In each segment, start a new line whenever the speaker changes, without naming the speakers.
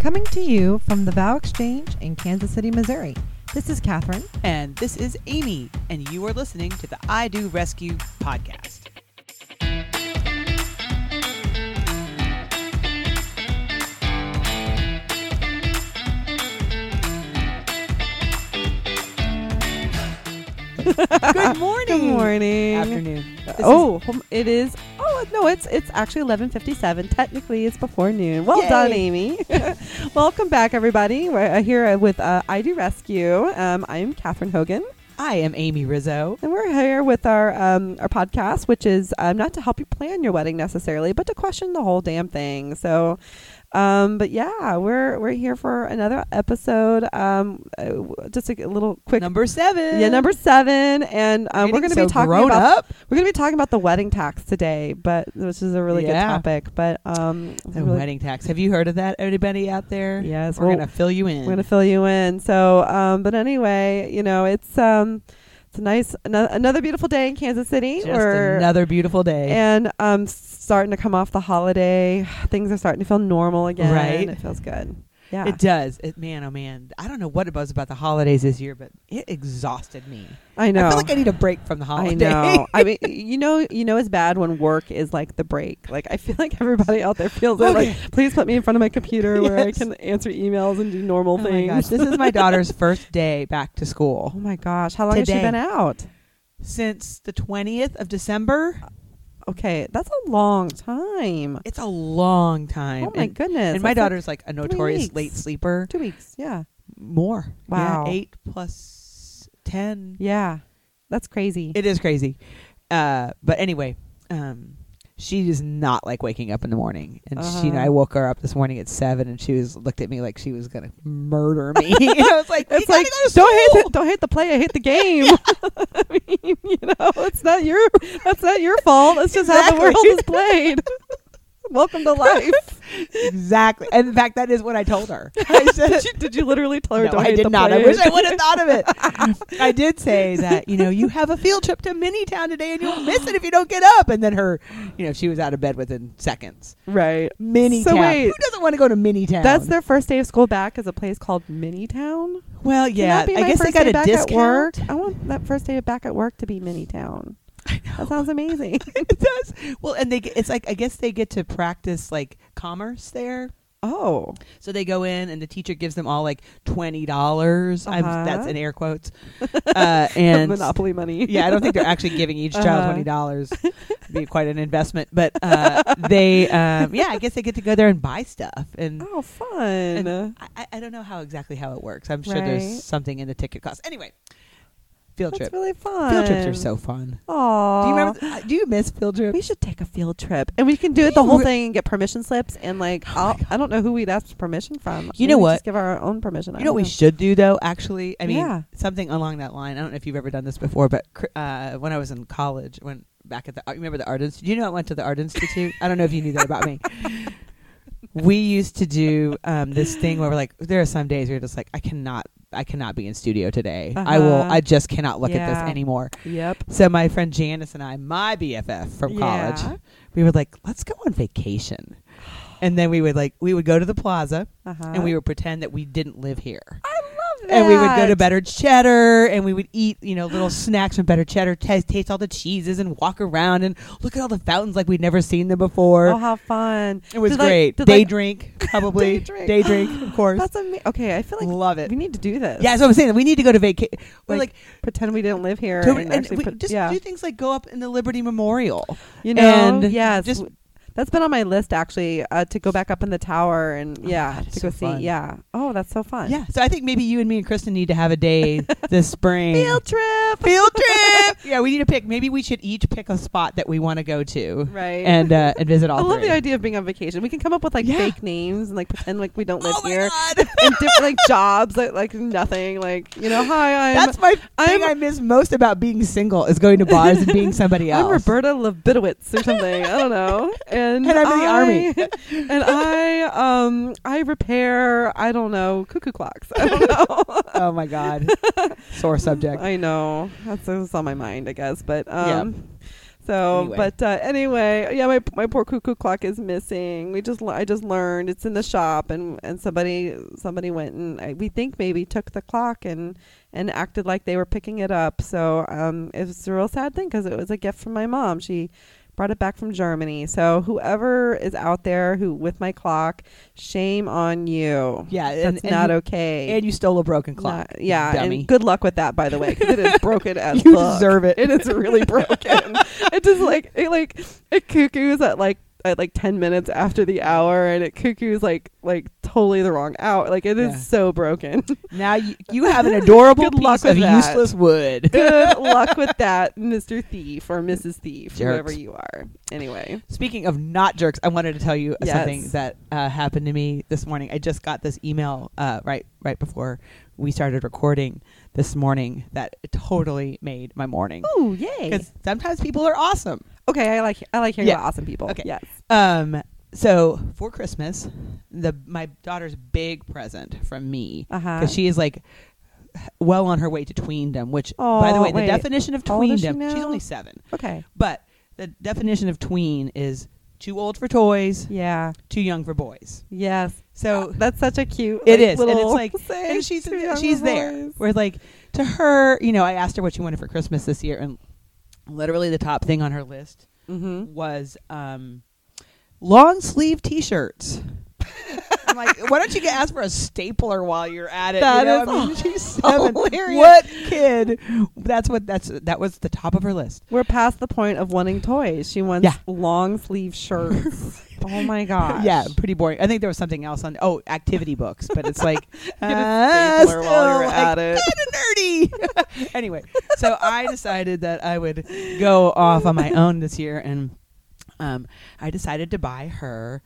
Coming to you from the Vow Exchange in Kansas City, Missouri, this is Catherine.
And this is Amy, and you are listening to the I Do Rescue podcast. Good morning.
Good morning.
Afternoon. This is-
oh, hum- it is. Oh no, it's it's actually 11:57. Technically, it's before noon. Well
Yay.
done, Amy. Welcome back, everybody. We're uh, here uh, with uh, I Do Rescue. Um, I'm Catherine Hogan,
I am Amy Rizzo.
and we're here with our um, our podcast, which is um, not to help you plan your wedding necessarily, but to question the whole damn thing. So. Um, but yeah, we're we're here for another episode. Um, uh, w- just a little quick
Number seven.
Yeah, number seven, and um, we're
Reading
going to
so
be talking
grown
about
up.
we're going to be talking about the wedding tax today, but which is a really
Yeah.
good topic. But um,
The
really-
Oh, wedding tax. Have you heard of that, anybody out there?
Yes,
We're
well,
going to fill you in.
we're going to fill you in. So, um, but anyway, you know, it's um, it's a nice ano- another beautiful day in Kansas City.
Just
We're-
another beautiful day.
and um, starting to come off the holiday. Things are starting to feel normal again.
Right.
it feels good. Yeah,
It does. It man, oh man. I don't know what it was about the holidays this year, but it exhausted me.
I know.
I feel like I need a break from the
I
holiday.
know. I mean, you know, you know, it's bad when work is like the break. Like I feel like everybody out there feels it.
Okay.
Like, please put me in front of my computer where I
Yes.
can answer emails and do normal
oh my
things.
gosh. This is my daughter's first day back to
Oh
school
my gosh, how long has she
Today.
been out?
since the 20th of December.
Okay, that's a long time.
It's a long time.
Oh my
and,
goodness!
and my
that's like
daughter's like a notorious
weeks.
late sleeper.
two weeks. Yeah,
More.
Wow.
Yeah, 8 plus 10.
yeah, that's crazy.
It is crazy. Uh, but anyway, um, she is not like waking up in the morning. And she, you know,
Uh-huh.
I woke her up this morning at seven, and she was looked at me like she was gonna murder me. and I was like,
it's
"You gotta
like
go to
don't hate
school."
the, don't hate the player, hate the game. I mean, you know, it's not your that's not your fault. It's just how
Exactly.
the world is played. Welcome to life.
exactly. And in fact, that is what I told her. I said,
did, you, did you literally tell her?
no,
don't
I
hate
did
the
not. I
players?
wish I would have thought of it. I did say that you know you have a field trip to Minitown today, and you'll miss it if you don't get up. And then her, you know, she was out of bed within seconds.
Right.
Minitown.
So wait.
Who doesn't want to go to Minitown?
That's their first day of school back is a place called Mini Town.
well,
Can that
yeah.
be
I
my
guess they
first
got
day
a
back
discount.
At work? Oh, I want that first day back at work to be Mini Town.
I know.
That sounds amazing.
it does. Well, and they get, it's like I guess they get to practice like commerce there.
oh.
So they go in, and the teacher gives them all like twenty dollars.
Uh-huh.
That's in air quotes. Uh, and
Monopoly money.
yeah, I don't think they're actually giving each child
Uh-huh.
twenty dollars. Be quite an investment, but uh, they um, yeah, I guess they get to go there and buy stuff and.
Oh, fun.
and I- I, I don't know how exactly how it works. I'm sure
Right.
there's something in the ticket cost. Anyway, field
That's
trip.
really fun.
Field trips are so fun.
Aww.
Do you remember? th- uh, do you miss field trips?
we should take a field trip, and we can do it the whole
Re-
thing and get permission slips, and like I'll, I don't know who we'd ask permission from.
Oh
Maybe
You know
we
what?
Just give our own permission. I
You know what we
don't
should do though? Actually, I mean
Yeah.
something along that line. I don't know if you've ever done this before, but cr- uh, when I was in college, when back at the, uh, you remember the Art Institute? You know, I went to the Art Institute. I don't know if you knew that about me. We used to do um, this thing where we're like, there are some days we are just like, I cannot, I cannot be in studio today. I will,
Uh-huh.
I just cannot look at
Yeah.
this anymore.
Yep.
So my friend Janice and I, my BFF from college,
Yeah.
we were like, let's go on vacation, and then we would like, we would go to the plaza
Uh-huh.
and we would pretend that we didn't live here
I love that.
and we would go to better cheddar and we would eat you know little snacks from better cheddar taste, taste all the cheeses and walk around and look at all the fountains like we'd never seen them before
Oh, how fun!
it was
Did, like-
great
did,
day
like-
drink probably
Day drink.
of course
That's amazing. Okay, I feel like
love it
we need to do this.
yeah that's what i'm saying we need to go to vacation we're like,
Like, pretend we didn't live here.
to-
and
and
actually
we
put-
just
yeah.
do things like go up in the liberty memorial
you know,
and
yeah,
just-
that's been on my list actually uh, to go back up in the tower and
Oh my
yeah
God,
to
it's
go
so fun.
see. Yeah. Oh, that's so fun.
yeah so i think maybe you and me and kristen need to have a day this spring
Field trip.
field trip yeah we need to pick maybe we should each pick a spot that we want to go to
Right.
and uh, and visit all
I love
three.
the idea of being on vacation. We can come up with like
Yeah.
fake names and like pretend like we don't live
Oh my
here
God.
and different like jobs like, like nothing like you know hi I'm
That's my
I'm-
thing I miss most about being single is going to bars and being somebody else.
I'm Roberta Levitowitz or something I don't know and
And I'm in the army.
I- and I um I repair I don't know cuckoo clocks I don't know
Oh my god, sore subject.
I know that's, that's on my mind I guess but um So,
Anyway.
but uh, anyway, yeah, my my poor cuckoo clock is missing. We just le- I just learned it's in the shop, and and somebody somebody went and I, we think maybe took the clock and and acted like they were picking it up. So um, it was a real sad thing because it was a gift from my mom. She brought it back from Germany. So whoever is out there who with my clock, shame on you.
Yeah,
that's
and- and
not
you-
okay.
And you stole a broken clock.
Not- yeah,
dummy.
and good luck with that, by the way, 'cause it is broken as
You
fuck.
deserve it.
It is really broken. it just like it like it cuckoos at like at like ten minutes after the hour, and it cuckoos like like totally the wrong hour. Like it is
Yeah.
so broken.
Now you, you have an adorable
Good
piece
luck
of
with that.
useless wood.
good luck with that, Mister Thief or Mrs. Thief, whoever
Jerks.
you are. Anyway,
Speaking of not jerks, I wanted to tell you
Yes.
something that uh, happened to me this morning. I just got this email uh, right right before we started recording this morning that totally made my morning.
oh yay!
Because sometimes people are awesome.
Okay, I like I like hearing
Yeah.
about awesome people.
Okay.
Yes.
Um, so for Christmas, the my daughter's big present from me
Uh huh.
because she is like well on her way to tweendom. Which, by the
Oh,
way, the
wait.
definition of
How old is she
tweendom. she's
now?
only seven,
Okay.
but the definition of tween is too old for toys,
Yeah.
too young for boys.
Yes.
So
That's such a cute. like,
it is, and
little
it's like,
saying.
and she's
Too young
she's
for
there.
boys.
Where like to her, you know, I asked her what she wanted for Christmas this year, and literally the top thing on her list
Mm-hmm.
was um, long sleeve T-shirts. I'm like, why don't you get asked for a stapler while you're at it?
That
you know?
is
I mean, she's seven.
hilarious.
What kid? That's what that's that was the top of her list.
We're past the point of wanting toys. She wants
Yeah.
long sleeve shirts. oh my gosh.
Yeah, pretty boring. I think there was something else on. Oh, activity books, but it's like
Get a
uh,
stapler while you're
still,
at
like,
it.
Kinda nerdy. anyway, so I decided that I would go off on my own this year, and um, I decided to buy her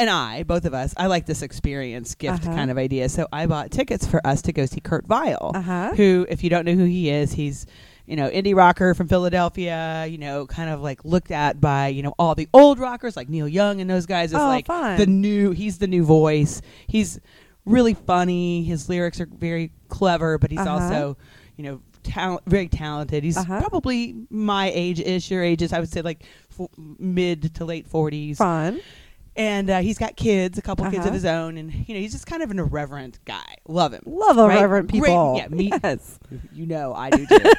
and I, both of us. I like this experience gift
Uh-huh.
kind of idea, so I bought tickets for us to go see Kurt Vile
Uh-huh.
who, if you don't know who he is, he's you know indie rocker from Philadelphia. You know, kind of like looked at by you know all the old rockers like Neil Young and those guys. It's
Oh,
like
fun.
the new. He's the new voice. He's really funny. His lyrics are very clever, but he's
Uh-huh.
also you know talent, very talented. He's
Uh-huh.
probably my age ish, your ages. I would say like f- mid to late forties
Fun.
and uh, he's got kids, a couple kids
Uh-huh.
of his own, and you know he's just kind of an irreverent guy. Love him,
Love
Right?
irreverent
Great-
people.
yeah, me-
yes.
you know I do. Too.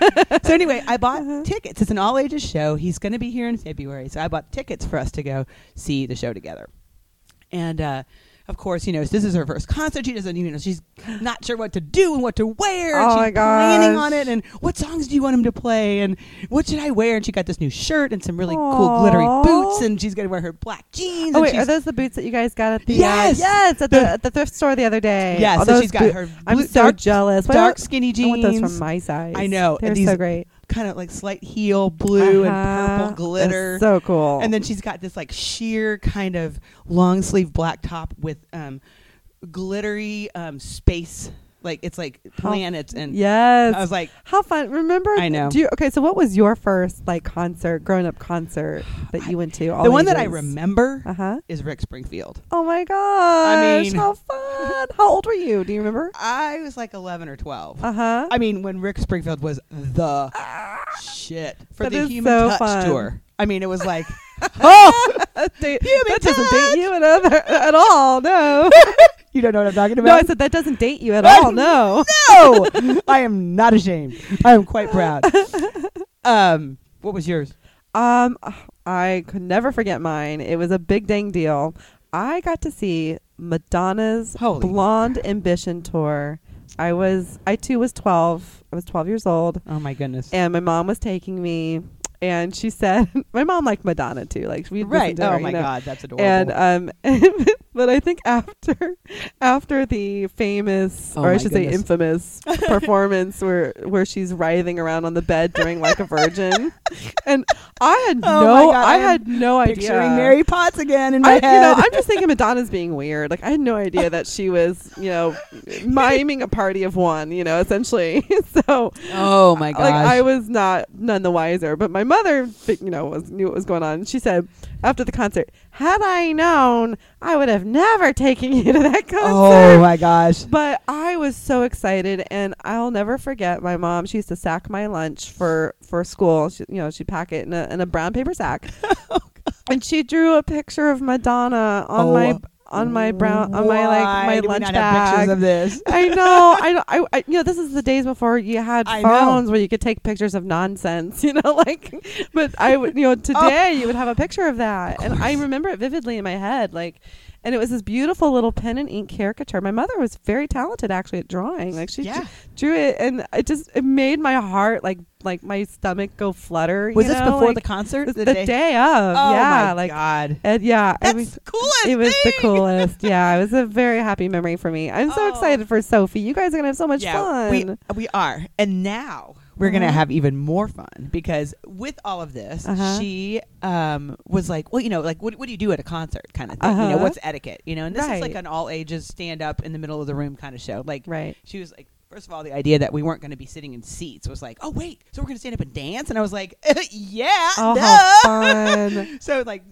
so anyway, I bought
Uh-huh.
tickets. It's an all ages show. He's going to be here in February, so I bought tickets for us to go see the show together. And uh, of course, you know this is her first concert. She doesn't even know she's not sure what to do and what to wear. and
Oh,
she's
my
planning on
gosh.
it, and what songs do you want him to play, and what should I wear? And she got this new shirt and some really cool glittery
Aw.
boots, and she's going to wear her black jeans.
Oh
and
wait,
she's-
are those the boots that you guys got at the uh,
Yes!
yes at
The-
the, at the thrift store the other day?
Yeah,
All
so
those
she's got
boot-
her blue-
I'm so
dark-
jealous. Why
dark
don't-
skinny jeans.
I want those from my size.
I know, and
they're
these
so great.
kind of like slight heel blue
Uh-huh.
and
That's
purple glitter.
so cool.
and then she's got this like sheer kind of long sleeve black top with um, glittery um, space, like it's like
How-
planets. And
yes,
I was like,
How fun! Remember,
I know.
Do you, okay, so what was your first like concert, grown up concert that you went to? All
the one that I
ages?
remember
Uh huh.
is Rick Springfield.
Oh my gosh!
mean-
how fun! How old were you? Do you remember?
I was like eleven or twelve.
Uh huh.
I mean, when Rick Springfield was the shit for
That
the
is
Human
so
Touch
fun.
tour. I mean, it was like, oh,
that doesn't date you at, other, at all. No,
you don't know what I'm talking
no. I
about.
said that doesn't date you at all. No.
no, I am not ashamed. I am quite proud. Um, what was yours?
Um, I could never forget mine. It was a big dang deal. I got to see Madonna's
Holy
Blonde Ambition tour. I was, I too was twelve. I was twelve years old.
Oh my goodness.
and my mom was taking me and she said my mom liked madonna too like we
right.
to her,
Oh
you
my
know.
God, that's adorable.
and um but i think after after the famous
Oh
or
my
i should say infamous
goodness.
performance where where she's writhing around on the bed during like a virgin and i had
Oh my
no
God,
i
I am
had no idea
Picturing Mary Potts again in my
I, you
head.
know, I'm just thinking Madonna's being weird. Like I had no idea that she was, you know, miming a party of one. You know, essentially. so
oh my
like I was not none the wiser, but my mother, fi- you know, was knew what was going on. She said after the concert, Had I known, I would have never taken you to that concert.
Oh my gosh.
But I was so excited, and I'll never forget my mom. She used to sack my lunch for for school. She, you know, she'd pack it in a, in a brown paper sack,
Oh,
and she drew a picture of Madonna on
Oh,
my on my brown on my like
Why
my
do we
lunch
not Have
bag.
pictures of this.
I know, I know, I, I, you know, this is the days before you had
I know.
phones where you could take pictures of nonsense, you know, like, but I would,
Oh.
you know, today you would have a picture of that. and I remember it vividly in my head, like, and it was this beautiful little pen and ink caricature. My mother was very talented actually at drawing. Like she
Yeah.
d- drew it and it just, it made my heart like, like my stomach go flutter.
Was
you
this
know,
before
like,
the concert?
the, the day? of?
Oh
yeah.
my
like,
God.
and Uh, yeah. I
That's
mean-
the coolest.
it was the
thing.
coolest. Yeah, it was a very happy memory for me. I'm so
Oh.
excited for Sophie. You guys are gonna have so much fun.
We, we are. And now we're going to
Uh-huh.
have even more fun because with all of this,
Uh-huh.
she um, was like, well, you know, like, what, what do you do at a concert kind of thing? You know,
Uh-huh.
what's etiquette? You know, and this is
Right.
like an all ages stand up in the middle of the room kind of show. Like,
right.
she was like, first of all, the idea that we weren't going to be sitting in seats was like, oh, wait, so we're going to stand up and dance? And I was like, yeah.
Oh,
duh."
how fun.
so like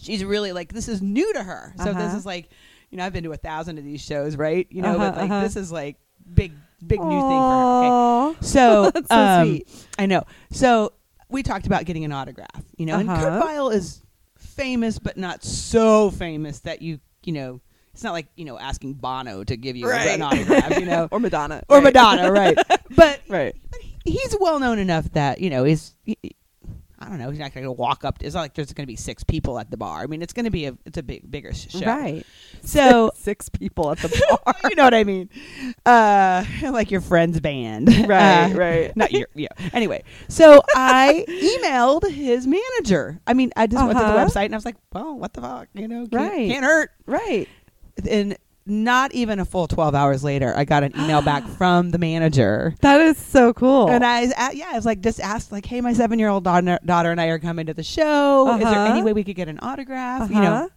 she's really like this is new to her so this
Uh-huh.
is like you know i've been to a thousand of these shows right you know
Uh-huh,
but like
uh-huh.
this is like big big new thing for her okay? so,
That's so
um,
sweet.
i know so we talked about getting an autograph you know and
Uh-huh.
kurt vile is famous but not so famous that you you know it's not like you know asking bono to give you
Right.
an autograph you know
or Madonna.
or
right.
madonna right but
Right.
but he- he's well known enough that you know is I don't know. He's not going to walk up. It's not like there's going to be six people at the bar. I mean, it's going to be a it's a big bigger sh- show.
Right.
So
Six people at the bar.
you know what I mean. Uh, like your friend's band.
Right,
Uh,
right.
Not your yeah. Anyway, so I emailed his manager. I mean, I just went to the
Uh-huh.
website and I was like, well, what the fuck, you know? Can't,
Right.
Can't hurt.
right.
And not even a full twelve hours later, I got an email back from the manager.
That is so cool.
And I, was at- yeah, I was like, just asked, like, hey, my seven year old daughter, daughter and I are coming to the show. Is there
Uh-huh.
any way we could get an autograph? You
Uh-huh.
know,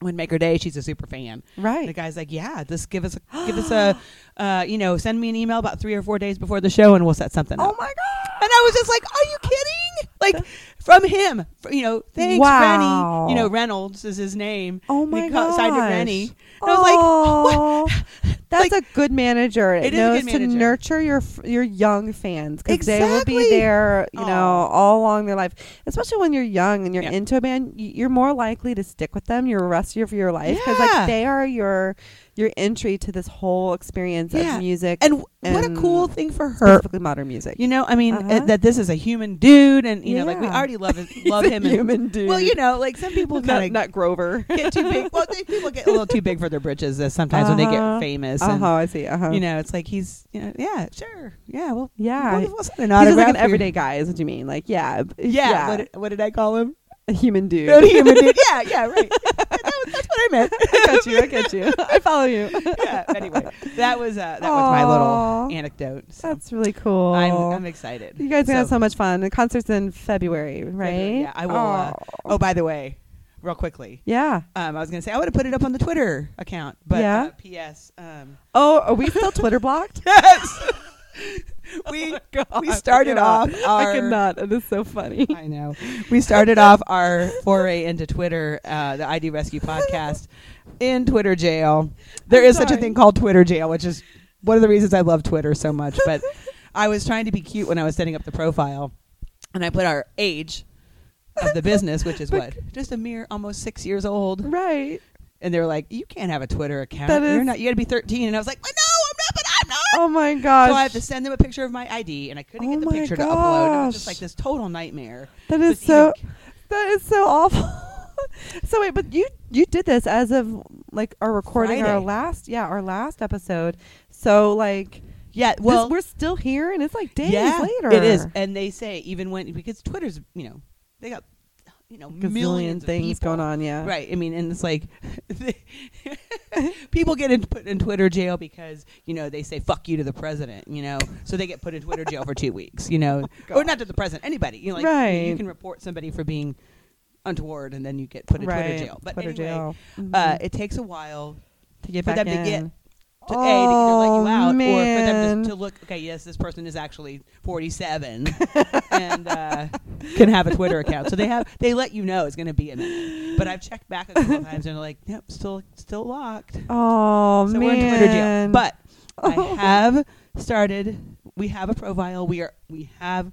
would make her day. She's a super fan.
right.
The guy's like, yeah, just give us, a, give us a, uh, you know, send me an email about three or four days before the show, and we'll set something
oh
up.
my god.
And I was just like, are you kidding? Like from him, fr- you know, thanks,
Wow.
Rennie. You know, Reynolds is his name.
Oh
And
my
they ca-
god.
Signed it Rennie. And I was like, what?
That's
Like-
a good manager. It,
It is a
knows
good manager.
to nurture your f- your young fans because they will be
Exactly.
there, you know,
Aw.
all along their life. Especially when you're young and you're
Yeah.
into a band, y- you're more likely to stick with them your rest of your life because
Yeah.
like they are your your entry to this whole experience
Yeah.
of music
And w- what a
and
cool thing for her.
specifically modern music.
You know, I mean, uh,
Uh-huh.
that this is a human dude, and you know, like we
Yeah.
already love his, love
He's a
him. and-
human dude.
Well, you know, like some people
not,
kind of
not Grover.
get too big. Well, they, people get a little too big for their britches uh, sometimes when they
Uh-huh.
get famous.
Uh
and,
huh. I see. Uh huh.
You know, it's like he's, you know, yeah, sure, yeah, well,
Yeah.
we'll, we'll
He's
send an
just
autograph
like an
for your-
everyday guy, is what you mean? Like, yeah, b-
Yeah, What, did, what did I call him?
a human dude.
A human dude. Yeah, yeah, right. Yeah, that was- that's what I meant.
I got you. I got you. I follow you.
yeah. Anyway, that was uh, that was my little
Aw.
anecdote. So
That's really cool.
I'm, I'm excited.
you guys are
so,
gonna have so much fun. The concert's in February, right?
Yeah, I will, uh,
Oh.
Oh, by the way, real quickly,
yeah.
Um, I was gonna say I would have put it up on the Twitter account, but
Yeah.
uh, P.S. Um,
Oh, are we still Twitter blocked?
yes,
Oh
we we
I
started
cannot.
off our.
I cannot. It is so funny.
I know. We started off our foray into Twitter, uh, the ID Rescue podcast, in Twitter jail. There
I'm
is such a
sorry.
thing called Twitter jail, which is one of the reasons I love Twitter so much. But I was trying to be cute when I was setting up the profile, and I put our age of the business, which is what? Just a mere almost six years old.
Right.
and they were like, "You can't have a Twitter account.
That
You're
is-
not. You got to be 13." And I was like, well, "No, I'm not. But I'm not."
Oh my gosh.
so I had to send them a picture of my ID, and I couldn't
Oh
get the
my
picture to upload. It was just
gosh.
like this total nightmare.
that is
But
so.
even-
That is so awful. so wait, but you you did this as of like our recording our
Friday.
last yeah our last episode. So like
yeah.
this-
Well,
we're still here, and it's like days
yeah,
later.
It is, and they say even when because Twitter's, you know, they got you know
gazillion
millions of
things
people.
going on. Yeah.
Right. I mean, and it's like people get in, put in Twitter jail because you know they say "fuck you" to the president. You know, so they get put in Twitter jail for two weeks. You know, or not to the president, anybody. You know, like you,
Right.
can report somebody for being untoward, and then you get put in Twitter jail. But
Twitter
anyway,
jail.
Uh,
Mhm.
it takes a while
to get
for
back
them to get
in.
to to A to either let
Oh,
you out or for them
man.
to, to look. Okay, yes, this person is actually forty-seven and uh, can have a Twitter account. So they have they let you know it's going to be a minute. But I've checked back a couple times and they're like, nope, still still locked.
Oh
so
man. Oh.
we're in Twitter jail. But I have started. We have a profile. We are we have.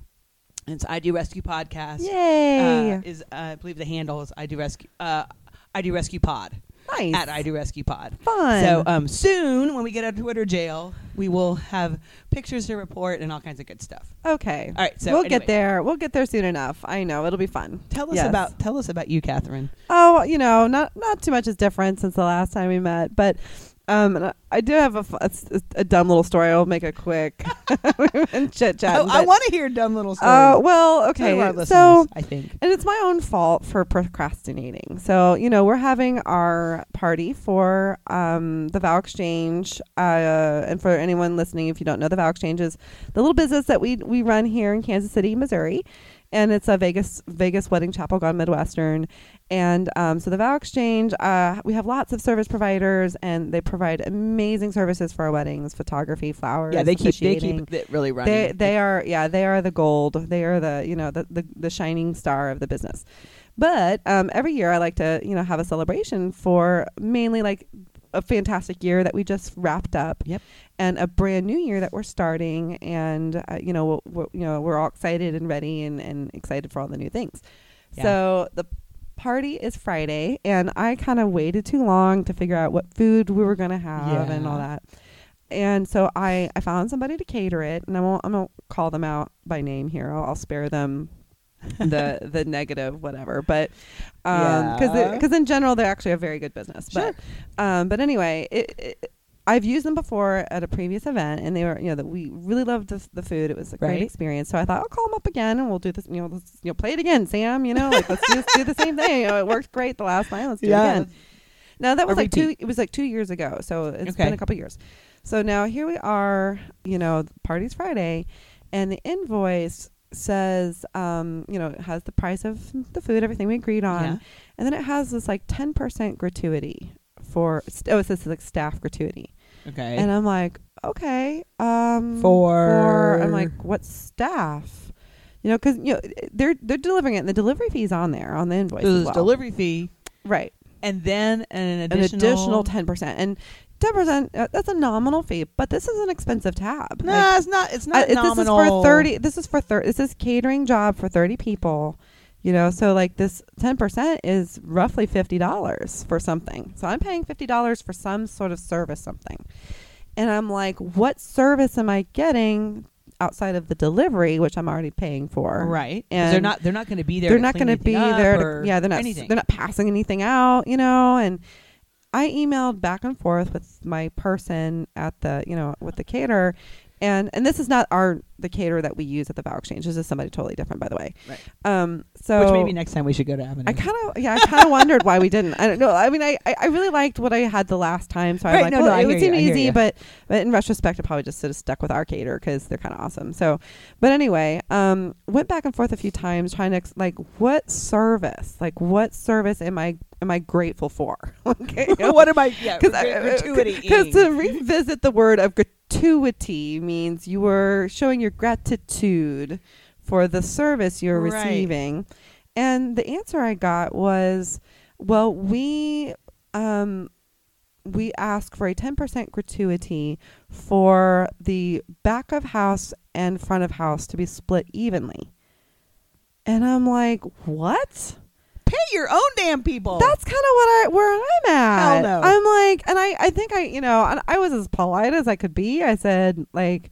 It's I Do Rescue Podcast.
yay.
Uh, is uh, I believe the handle is I Do Rescue. Uh, I Do Rescue Pod
nice.
at I Do Rescue Pod.
Fun.
So um, soon, when we get out of Twitter jail, we will have pictures to report and all kinds of good stuff.
okay.
All right, so
we'll
anyway.
get there. We'll get there soon enough. I know it'll be fun.
Tell us
Yes.
about tell us about you, Catherine.
Oh, you know, not not too much is different since the last time we met, but um, and I- I do have a, fu- a s- a dumb little story. I'll make a quick chit chat.
oh, I want to hear dumb little stories.
Uh, well,
So do our
okay,
listeners,
so.
I think
And it's my own fault for procrastinating. So, you know, we're having our party for um, the Vow Exchange. Uh, and for anyone listening, if you don't know, the Vow Exchange is the little business that we, we run here in Kansas City, Missouri. And it's a Vegas Vegas wedding chapel gone Midwestern. And um, so the Vow Exchange, uh, we have lots of service providers, and they provide amazing services for our weddings, photography, flowers.
yeah, they keep they
officiating.
keep it really running.
They they are yeah they are the gold they are the you know the the, the shining star of the business. But um, every year I like to you know have a celebration for mainly like a fantastic year that we just wrapped up.
Yep.
And a brand new year that we're starting, and uh, you know we're, we're- you know we're all excited and ready and, and excited for all the new things.
Yeah.
So the party is Friday, and I kind of waited too long to figure out what food we were gonna have and
Yeah.
all that. And so I, I found somebody to cater it, and I won't I won't call them out by name here. I'll, I'll spare them the the negative whatever, but um, because
Yeah.
because in general they're actually a very good business.
Sure.
But um, but anyway, it, it, I've used them before at a previous event, and they were you know that we really loved the, f- the food. It was a
Right.
great experience. So I thought I'll call them up again, and we'll do this. You know, let's, you know, play it again, Sam. You know, like let's just do the same thing. You know, it worked great the last time. Let's do
Yeah.
it again. No, that
A
was like two.
repeat.
It was like two years ago, so it's
Okay.
been a couple years. So now here we are. You know, the party's Friday, and the invoice says, um, you know, it has the price of the food, everything we agreed on,
Yeah.
and then it has this like ten percent gratuity for. St- oh, it says like staff gratuity,
okay.
and I'm like, okay, um,
For-
I'm like, what staff? You know, because you know they're they're delivering it, and the delivery fee's on there on the invoice.
So
as
there's
well.
delivery fee,
right?
and then an
an
additional,
additional ten percent, and ten percent uh, that's a nominal fee, but this is an expensive tab.
No,
Like,
it's not. It's
I-
not
it- this is
nominal.
for thirty. This is for thirty. This is catering job for thirty people. You know, so like this ten percent is roughly fifty dollars for something. So I'm paying fifty dollars for some sort of service, something, and I'm like, what service am I getting outside of the delivery, which I'm already paying for?
right? 'Cause they're
And-
not. They're not going to be there.
they're
to
not
clean
going to be
anything up
there.
or
To, yeah, they're not.
Anything.
They're not passing anything out, you know. And I emailed back and forth with my person at the, you know, with the caterer, and and this is not our the caterer that we use at the vow exchange. This is somebody totally different, by the way.
Right.
Um. So
Which maybe next time we should go to Avenue.
I kind of yeah, I kind of wondered why we didn't. I don't know. I mean, I, I I really liked what I had the last time, so
Right,
I'm like,
no,
well,
no, I
it
hear
would
you,
seem
I hear
easy,
you.
but but in retrospect, I probably just sort of stuck with Arcader because they're kind of awesome. So, but anyway, um, went back and forth a few times trying to ex- like what service, like what service am I am I grateful for? okay,
what am I? Yeah,
because
gratuity.
Because uh, to revisit the word of gratuity means you were showing your gratitude for the service you're
Right.
receiving, and the answer I got was, "Well, we um, we ask for a ten percent gratuity for the back of house and front of house to be split evenly." And I'm like, "What?"
Pay your own damn people.
That's kind of what I where I'm at.
Hell no.
I'm like, and I I think I you know and I was as polite as I could be. I said like,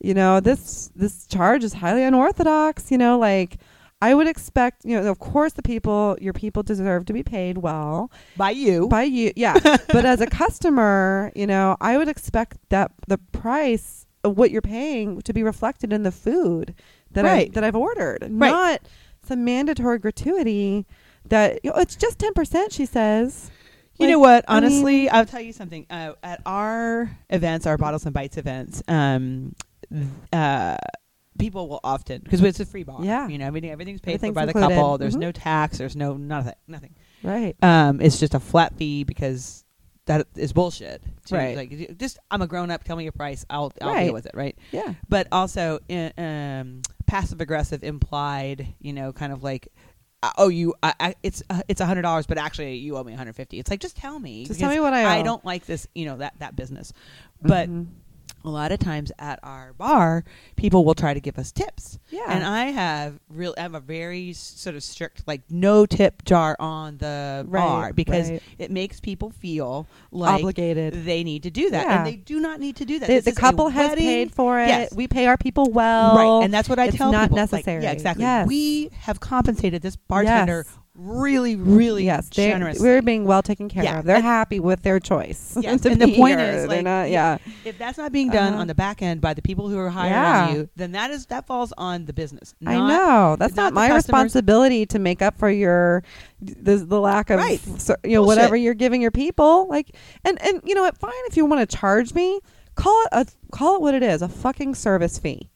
you know this this charge is highly unorthodox. You know like. I would expect, you know, of course, the people, your people deserve to be paid well
by you.
by you. Yeah. but as a customer, you know, I would expect that the price of what you're paying to be reflected in the food that I
Right.
that I've ordered, not some mandatory gratuity that you know, it's just 10%, she says.
you
Like,
know what?
I mean-
Honestly, I will tell you something. Uh, at our events, our Bottles and Bites events, um, th- uh, people will often because it's a free bar.
Yeah.
you know, everything everything's paid for
Everything's
by the
included.
couple. There's
Mhm.
no tax. There's no nothing. Nothing.
Right.
Um, it's just a flat fee because that is bullshit. To,
Right.
Like, just I'm a grown up. Tell me your price. I'll I'll
Right.
deal with it. Right.
Yeah.
But also i- um, passive aggressive implied. You know, kind of like. I owe you. I, I, it's uh, it's a hundred dollars, but actually you owe me one hundred fifty. It's like just tell me.
Just tell
because
me what I owe.
I don't like this. You know that that business, but
Mhm.
a lot of times at our bar, people will try to give us tips.
Yeah.
And I have real I have a very s- sort of strict like no tip jar on the
Right,
bar because
right.
it makes people feel like
obligated.
they need to do that
Yeah.
and they do not need to do that.
The,
This
the
is a
couple has
wedding.
paid for it.
Yes.
We pay our people well.
right. And that's what I
it's
tell
not
people. Like,
necessary.
yeah, exactly.
Yes.
We have compensated this bartender
Yes.
really really
yes, they-
generously.
we're being well taken care
Yeah,
of. They're
and-
happy with their choice.
Yes,
to
and the
be
point
here.
is,
they're
like,
not.
yeah.
Yeah,
if that's not being done
Uh-huh.
on the back end by the people who are hiring
Yeah.
you, then that is that falls on the business.
I
not
know that's
not
not,
the
my
customers-
responsibility to make up for your the, the lack of
Right.
so- you know
Bullshit.
whatever you're giving your people. Like, and and you know what? Fine, if you want to charge me, call it a call it what it is—a fucking service fee.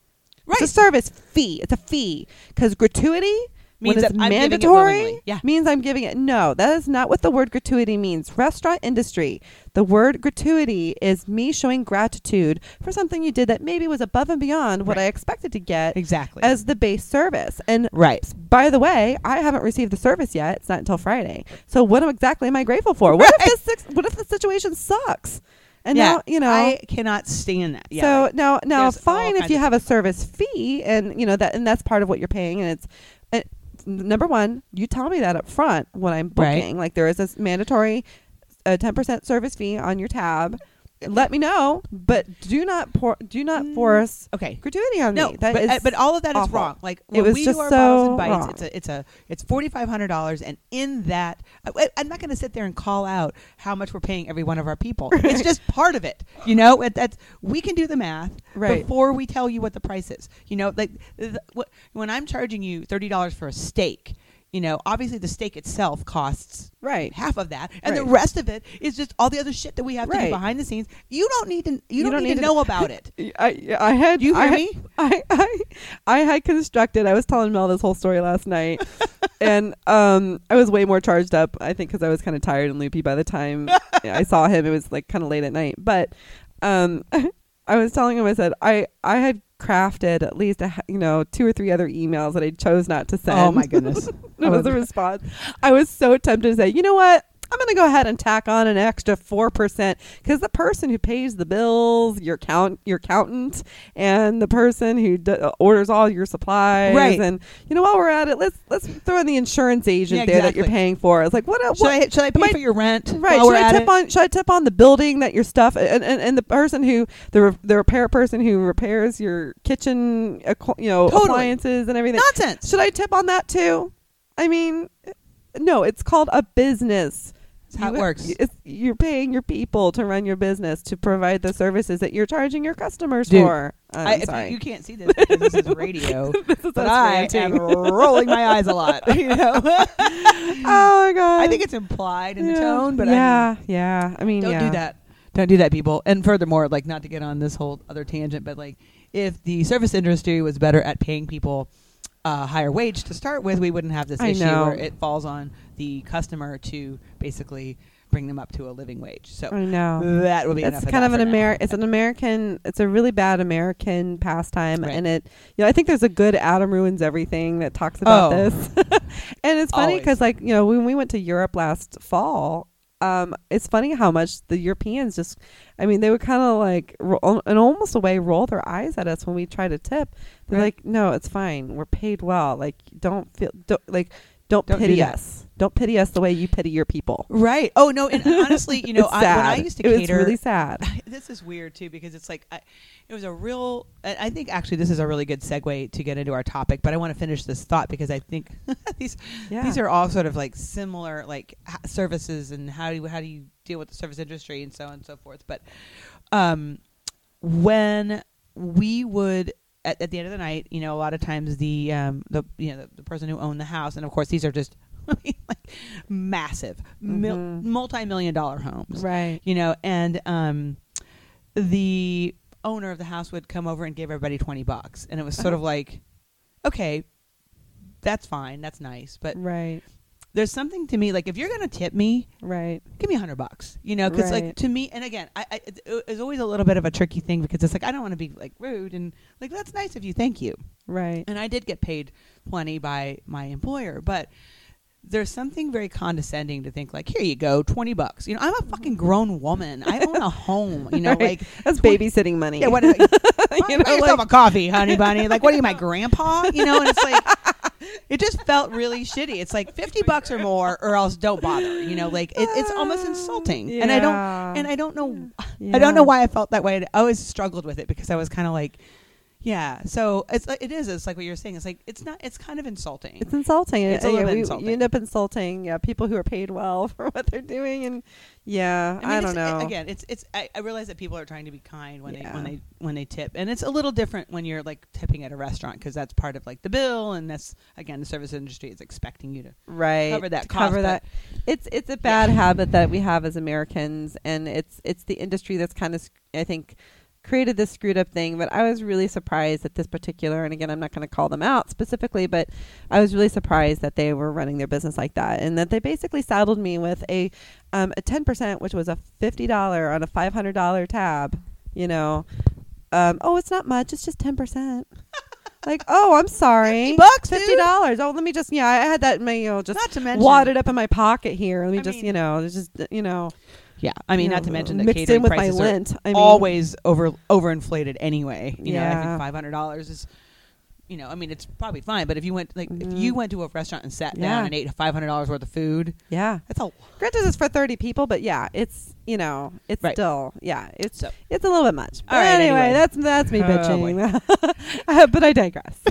Right.
It's a service fee. It's a fee because gratuity
Means
when it's
that I'm giving it
mandatory
willingly. Yeah.
means I'm giving it. No, that is not what the word gratuity means. Restaurant industry, the word gratuity is me showing gratitude for something you did that maybe was above and beyond what
Right.
I expected to get
Exactly.
as the base service. And
right.
by the way, I haven't received the service yet. It's not until Friday. So what am- exactly am I grateful for? What if
Right.
this six- what if the situation sucks? And
yeah,
now you know
I cannot stand that. Yeah,
so
like,
now, now,
There's all
fine if
kinds
you
of
have a service fee, and you know that, and that's part of what you're paying, and it's. It, Number one, you tell me that up front when I'm
Right.
booking. Like there is this mandatory uh, ten percent service fee on your tab. Let me know, but do not pour, do not
Mm.
force
okay.
gratuity on
No,
me. That
but,
is
uh, but all of that is
awful.
wrong. Like
It
when
was
we
just
do our
so
bottles and bites,
wrong.
it's a it's a it's forty five hundred dollars, and in that, I, I'm not going to sit there and call out how much we're paying every one of our people. It's just part of it, you know. It, that's we can do the math
Right.
before we tell you what the price is. You know, like the, what, when I'm charging you thirty dollars for a steak, you know, obviously the steak itself costs
right.
half of that, and the
Right.
rest of it is just all the other shit that we have to do
Right.
behind the scenes. You don't need to. You, don't, need, to know about it.
I I had
You hear
I, had-
me?
I, I I had constructed. I was telling Mel this whole story last night, and um, I was way more charged up. I think because I was kind of tired and loopy by the time I saw him. It was like kind of late at night, but um, I was telling him. I said I I had crafted at least a, h- you know two or three other emails that I chose not to send.
Oh my goodness.
That was the response. I was so tempted to say, you know what? I'm going to go ahead and tack on an extra four percent because the person who pays the bills, your count, your accountant, and the person who d- uh, orders all your supplies,
Right.
and you know while we're at it, let's let's throw in the insurance agent
Yeah,
there that you're
exactly.
paying for. It's like what? A,
Should
what
I, should I pay
Am I-
for your rent?
Right.
While
Should
we're
I
at
tip
it?
on? Should I tip on the building that your stuff and, and, and the person who the re- the repair person who repairs your kitchen, acqu- you know,
Totally.
appliances and everything?
Nonsense.
Should I tip on that too? I mean, no, it's called a business.
That's how it
You-
works.
It's, you're paying your people to run your business to provide the services that you're charging your customers
Dude,
for. I'm
I, if
sorry.
you, you can't see this because this is radio, but
us
I am
ranting.
rolling my eyes a lot. You know,
oh my god!
I think it's implied in the
Yeah.
tone, but I mean,
yeah, yeah. I mean,
don't
yeah.
do that. Don't do that, people. And furthermore, like not to get on this whole other tangent, but like if the service industry was better at paying people a higher wage to start with, we wouldn't have this
I
issue
know.
where it falls on the customer to basically bring them up to a living wage. So
I know.
that would be
It's
enough
kind of
that
an
for now.
Ameri- It's an American. It's a really bad American pastime,
Right.
and it. You know, I think there's a good Adam ruins everything that talks about
Oh.
this, and it's funny
Always.
because like you know when we went to Europe last fall. Um, it's funny how much the Europeans just, I mean, they would kind of like, ro- in almost a way, roll their eyes at us when we try to tip. They're
Right.
like, "No, it's fine. We're paid well. Like, don't feel, don't like, don't,
Don't do
pity
that.
us. Don't pity us the way you pity your people."
Right. Oh no. And honestly, you know,
It's
I, when I
sad.
used to
it was
cater,
really sad.
this is weird too because it's like I, it was a real. And I think actually this is a really good segue to get into our topic, but I want to finish this thought because I think these
Yeah.
these are all sort of like similar like h- services and how do you, how do you deal with the service industry and so on and so forth. But um, when we would. At, at the end of the night, you know, a lot of times the um, the you know the, the person who owned the house, and of course these are just like massive, mil-
Mhm.
multi-million dollar homes,
right.
you know and um the owner of the house would come over and give everybody 20 bucks
Uh-huh.
and it was sort of like okay that's fine that's nice but
right.
there's something to me like if you're gonna tip me,
Right.
give me a hundred bucks, you know, because
Right.
like to me, and again, I, I it- it's always a little bit of a tricky thing because it's like I don't want to be like rude and like that's nice of you, thank you.
Right.
And I did get paid plenty by my employer, but there's something very condescending to think like, here you go, twenty bucks. You know, I'm a fucking grown woman. I own a home. You know,
Mm-hmm. Right.
like
That's
twen-
babysitting money.
Yeah, what is it?
You
you
know,
yourself
like-
a coffee, honey bunny. Like, what are you, my grandpa? You know, and it's like it just felt really shitty. It's like fifty bucks or more, or else don't bother. You know, like it, it's almost insulting. And I
Yeah.
don't, and I don't know,
Yeah.
I don't know why I felt that way. I always struggled with it because I was kind of like, yeah. So it's like- it is. It's like what you're saying. It's like it's not. It's kind of insulting.
It's insulting.
It's a
Yeah,
little bit
we-
insulting.
You end up insulting yeah, people who are paid well for what they're doing. And yeah, I,
mean,
don't
it's-
know.
Again, it's it's. I, I realize that people are trying to be kind when they
Yeah.
when they when they tip, and it's a little different when you're like tipping at a restaurant because that's part of like the bill, and that's again the service industry is expecting you to.
right
cover that
to
cost,
cover
but-
that it's it's a bad habit that we have as americans and it's it's the industry that's kind of i think created this screwed up thing but i was really surprised at this particular and again i'm not going to call them out specifically but i was really surprised that they were running their business like that and that they basically saddled me with a um, a 10% which was a $50 on a $500 tab you know um, oh it's not much it's just 10% like oh i'm sorry
50 bucks, dude.
$50 oh let me just yeah i had that in my you know just
Not to mention-
wadded up in my pocket here let me
I
just
mean-
you know it's just you know
Yeah, I mean,
you
not to
know,
mention that
mixed
catering
in with my
prices are
lint i mean
always over overinflated anyway. You know, I
Yeah.
think five hundred dollars is, you know, I mean, it's probably fine, but if you went like if
Mhm.
you went to a restaurant and sat
Yeah.
down and ate five hundred dollars worth of food,
yeah
that's a
granted it's for 30 people but yeah it's you know it's
Right.
still yeah it's
So.
it's a little bit much
All
But
right,
anyway,
anyway.
that's that's me
Oh,
bitching Uh, but i digress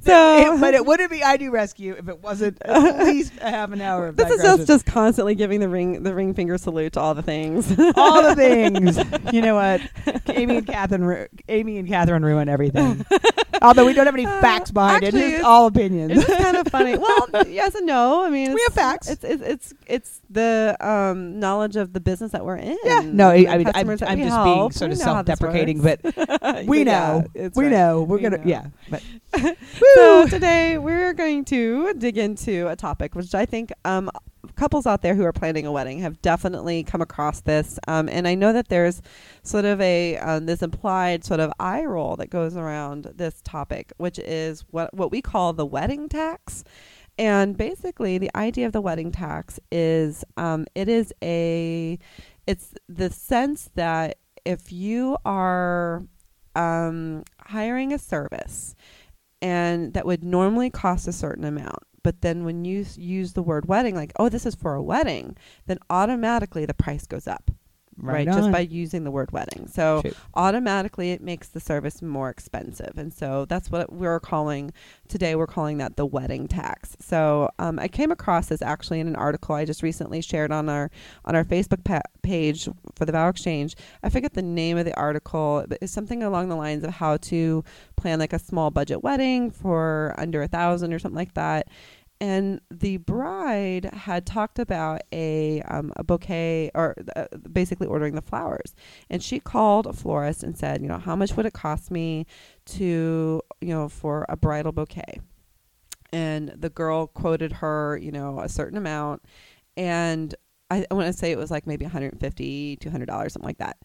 so
It- but it wouldn't be I do rescue if it wasn't at least a half an hour. Of
this is
digression.
just, just constantly giving the ring the ring finger salute to all the things
all the things. You know what? Amy and Catherine, ru- Amy and Catherine ruin everything. Although we don't have any facts behind
actually,
it, Uh, it's
it's-
just all opinions.
It's just kind of funny. Well, yes and no. I mean,
We
it's-
have facts.
It's it's it's, it's the um, knowledge of the business that we're in.
Yeah. No, I,
The
I mean, I'm,
customers
I'm just
that we
being
help.
sort
We
of
know how this
self-deprecating,
works.
but we
Yeah,
know,
it's
we
right.
know, we're
We
gonna,
know.
yeah. But
So today we're going to dig into a topic which I think um, couples out there who are planning a wedding have definitely come across this, um, and I know that there's sort of a um, this implied sort of eye roll that goes around this topic, which is what what we call the wedding tax. And basically, the idea of the wedding tax is um, it is a it's the sense that if you are um, hiring a service and that would normally cost a certain amount but then when you s- use the word wedding like oh this is for a wedding then automatically the price goes up right, just
on.
by using the word wedding so
Shoot.
automatically it makes the service more expensive and so that's what we're calling today we're calling that the wedding tax so um, i came across this actually in an article i just recently shared on our on our facebook pa- page for the vow exchange i forget the name of the article but it's something along the lines of how to plan like a small budget wedding for under a thousand or something like that and the bride had talked about a, um, a bouquet or uh, basically ordering the flowers and she called a florist and said you know how much would it cost me to you know for a bridal bouquet and the girl quoted her you know a certain amount and i, I want to say it was like maybe 150 200 dollars something like that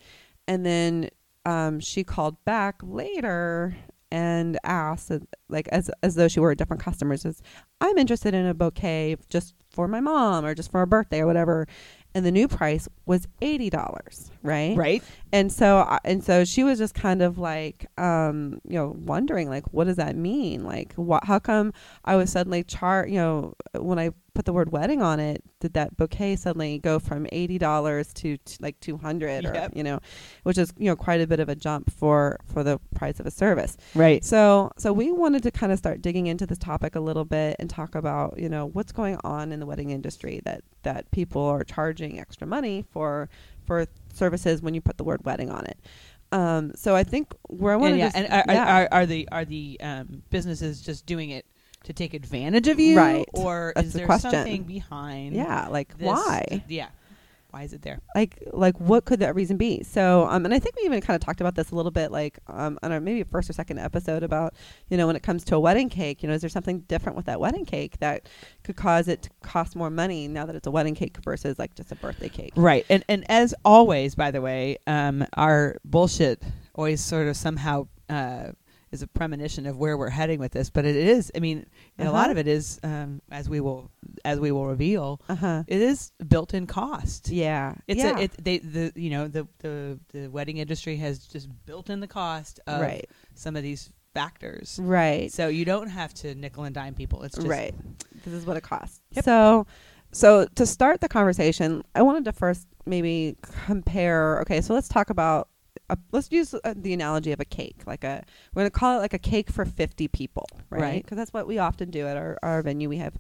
and then um, she called back later and asked uh, like as as though she were a different customer says i'm interested in a bouquet just for my mom or just for a birthday or whatever and the new price was $80 right
right?
and so I- and so she was just kind of like um you know wondering like what does that mean like what how come i was suddenly char you know when i put the word wedding on it did that bouquet suddenly go from $80 to t- like 200 or
Yep.
you know which is you know quite a bit of a jump for for the price of a service
Right.
so, so we wanted to kind of start digging into this topic a little bit and talk about, you know, what's going on in the wedding industry that that people are charging extra money for for services when you put the word wedding on it. Um, so I think where I want
And,
to
yeah,
just,
and uh, are, are-
yeah.
Are, are the are the um, businesses just doing it to take advantage of you,
Right.
Or
That's
is
the
there
question.
something behind?
yeah, like
this-
why?
Yeah. Why is it there?
like like what could that reason be so um and i think we even kind of talked about this a little bit like um on our maybe first or second episode about you know when it comes to a wedding cake you know is there something different with that wedding cake that could cause it to cost more money now that it's a wedding cake versus like just a birthday cake
Right. And and as always, by the way, um, our bullshit always sort of somehow uh, is a premonition of where we're heading with this. But it is. I mean, and a lot
Uh-huh.
of it is um, as we will as we will reveal.
uh-huh
It is built-in cost.
yeah
It's
yeah.
a, it they the you know the, the the wedding industry has just built in the cost of
right
some of these factors.
right
So you don't have to nickel and dime people. It's just
right. This is what it costs.
Yep.
So, so to start the conversation, I wanted to first maybe compare. Okay, so let's talk about. A, let's use uh, the analogy of a cake. Like a, we're gonna call it like a cake for fifty people, right?
Right.
Because that's what we often do at our our venue. We have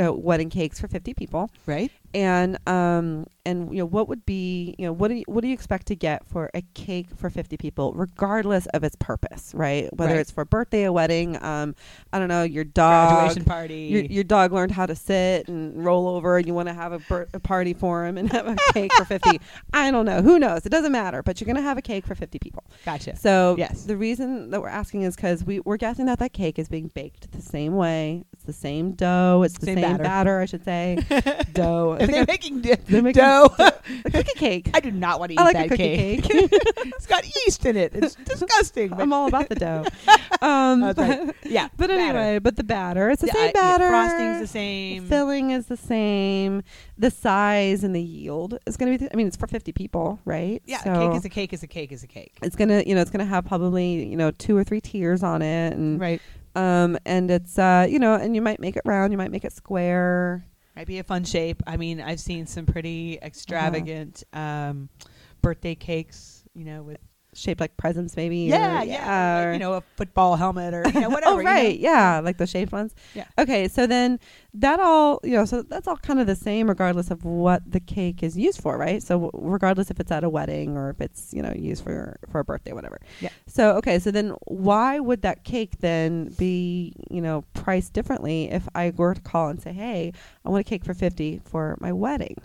uh, wedding cakes for fifty people,
right.
and um and you know what would be you know what do you, what do you expect to get for a cake for 50 people regardless of its purpose right whether
Right.
it's for birthday a wedding um i don't know your dog
Graduation party.
your, your dog learned how to sit and roll over and you want to have a, bir- a party for him and have a cake for 50 i don't know who knows it doesn't matter but you're going to have a cake for 50 people
gotcha.
so
Yes.
the reason that we're asking is because we, we're guessing that that cake is being baked the same way it's the same dough it's the
Same
same,
batter.
batter. i should say dough I
If
think
they're
I-
making di-
they're making
dough.
a cookie cake
I do not want to eat
i like
that
a cookie
cake.
cake,
It's got yeast in it. It's disgusting. But
i'm all about the dough um,
That's right.
but,
yeah,
but anyway
batter.
but the batter it's the
Yeah, I-
same
yeah,
batter
frosting's the same.
filling is the same. The size and the yield is going to be. The, I mean, it's for fifty people, right?
yeah,
So
a cake is a cake is a cake is a cake.
it's gonna, you know, it's gonna have probably, you know, two or three tiers on it, and
Right.
um, and it's, uh, you know, and you might make it round, you might make it square.
Might be a fun shape. I mean, I've seen some pretty
Uh-huh.
extravagant um, birthday cakes. You know, with
Shaped like presents, maybe.
yeah,
or,
yeah,
or-
like, you know, a football helmet or you know, whatever.
oh,
you know.
right, yeah, like the shaped ones.
Yeah.
Okay, so then that all, you know, so that's all kind of the same, regardless of what the cake is used for, right? So w- regardless if it's at a wedding or if it's, you know, used for for a birthday, whatever.
Yeah.
So okay, so then why would that cake then be, you know, priced differently if I were to call and say, hey, I want a cake for fifty for my wedding,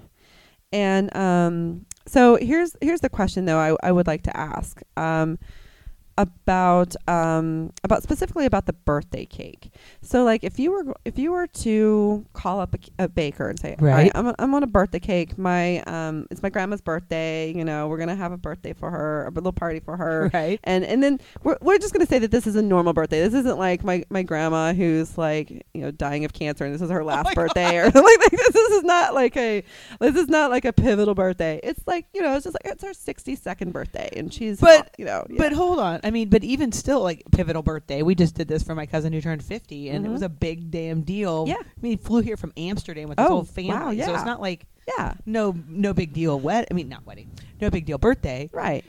and um, so here's here's the question though I I would like to ask. Um, about um about specifically about the birthday cake. So like if you were if you were to call up a, a baker and say,
Right.
"All right, I'm on- I'm on a birthday cake. My um it's my grandma's birthday. You know, we're gonna have a birthday for her, a little party for her."
Right.
And and then we're we're just gonna say that this is a normal birthday. This isn't like my my grandma who's like you know dying of cancer and this is
Oh
her last birthday or like, like this, this is not like a this is not like a pivotal birthday. It's like you know it's just like it's her sixty second birthday and she's
But-
you know yeah.
But hold on. I mean, but even still, like pivotal birthday. We just did this for my cousin who turned fifty, and it
Mhm.
was a big damn deal.
Yeah.
I mean, he flew here from Amsterdam with
Oh,
his whole family.
wow,
So it's
yeah.
not like
yeah.
no no big deal wed. I mean, not wedding. No big deal birthday.
Right.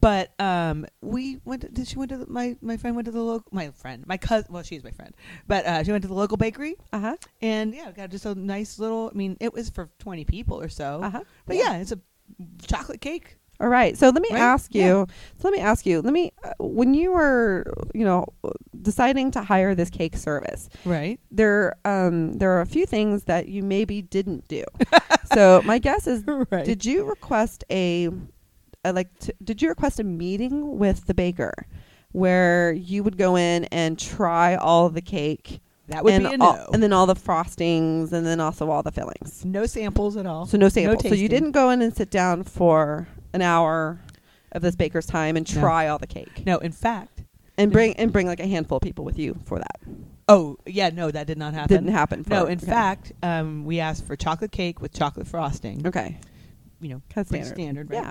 But um, we went. To, did she went to the, my my friend went to the local my friend my cousin. Well, she's my friend, but uh, she went to the local bakery.
Uh huh.
And yeah, got just a nice little. I mean, it was for twenty people or so.
Uh huh.
But yeah, it's a chocolate cake.
All right. So let me
Right?
ask you.
Yeah.
So let me ask you. Let me. Uh, when you were, you know, deciding to hire this cake service,
Right.
there, um, there are a few things that you maybe didn't do. so my guess is,
Right.
did you request a, a like, t- did you request a meeting with the baker, where you would go in and try all the cake
that would
and
be a
all,
no.
and then all the frostings, and then also all the fillings.
no samples at all.
So no sample. so
tasting.
you didn't go in and sit down for an hour of this baker's time and
No.
try all the cake.
No, in fact,
And bring and bring like a handful of people with you for that.
oh yeah, no, that did not happen.
Didn't happen. For,
No, in
okay.
fact, um, we asked for chocolate cake with chocolate frosting.
Okay.
You know,
Kind of
pretty
standard.
standard, right?
Yeah.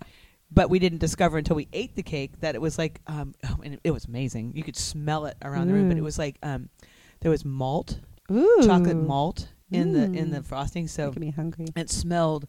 But we didn't discover until we ate the cake that it was like, um, oh, and it, it was amazing. You could smell it around the room, but
Mm.
it was like um, there was malt,
Ooh.
chocolate malt in the in
Mm.
the frosting, so
Making me hungry.
it smelled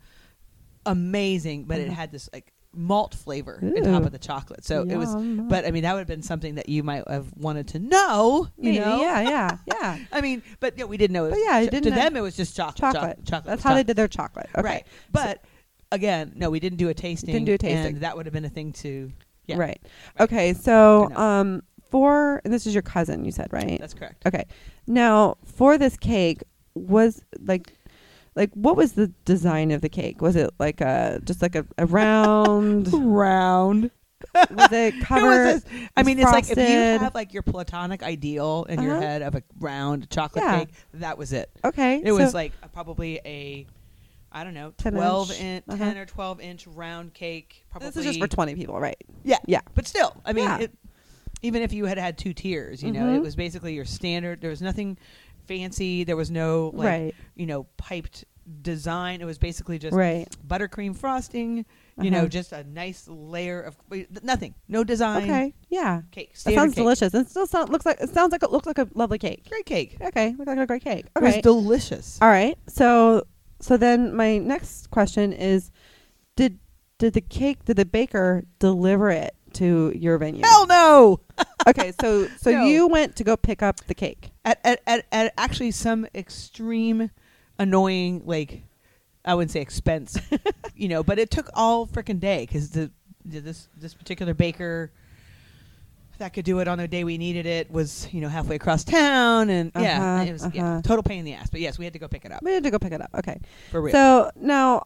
amazing. But it
Mhm.
had this like malt flavor on top
Ooh.
of the chocolate, so it was.
Yum.
But I mean, that would have been something that you might have wanted to know. You
Maybe,
know,
Yeah. Yeah. Yeah.
I mean, but yeah, we didn't know. It
But
was
yeah, I
cho-
didn't
to
know-
them, it was just chocolate. cho-
chocolate.
chocolate.
That's how they
chocolate.
did their chocolate. Okay.
Right. But again, no, we didn't do a tasting.
do a tasting.
And that would have been a thing to. Yeah.
Right.
Right.
Okay. So
Good enough.
um for and this is your cousin you said right.
That's correct.
Okay. Now, for this cake was like like what was the design of the cake? Was it like a just like a, a round?
round.
was it
It
covered?
was this- I mean, it's like if you
frosted.
have like your platonic ideal in your
Uh-huh.
head of a round chocolate
Yeah.
cake, that was it.
okay,
It was like a, probably a, I don't know,
10
twelve
inch,
inch,
uh-huh.
ten or twelve inch round cake. Probably
this is just for twenty people, right?
Yeah,
Yeah.
But still, I mean,
Yeah.
it, even if you had had two tiers, you know,
Mhm.
it was basically your standard. There was nothing fancy. There was no like
Right.
you know piped design. It was basically just
Right.
buttercream frosting. You
Uh-huh.
know, just a nice layer of nothing. No design.
Okay, yeah.
Cake.
That
Standard
sounds
cake.
delicious. It still sound, looks like it sounds like it looks like a lovely cake.
Great cake.
Okay, looks like a great cake.
It was
Okay,
delicious.
all right. So so then my next question is, did did the cake did the baker deliver it to your venue?
Hell no!
Okay, so so
No.
you went to go pick up the cake.
at, at, at, at actually some extreme annoying like i wouldn't say expense you know but it took all freaking day because the, the this this particular baker that could do it on the day we needed it was you know halfway across town and yeah
Uh-huh,
it was yeah
uh-huh.
total pain in the ass but yes we had to go pick it up
We had to go pick it up. Okay.
for real
So now,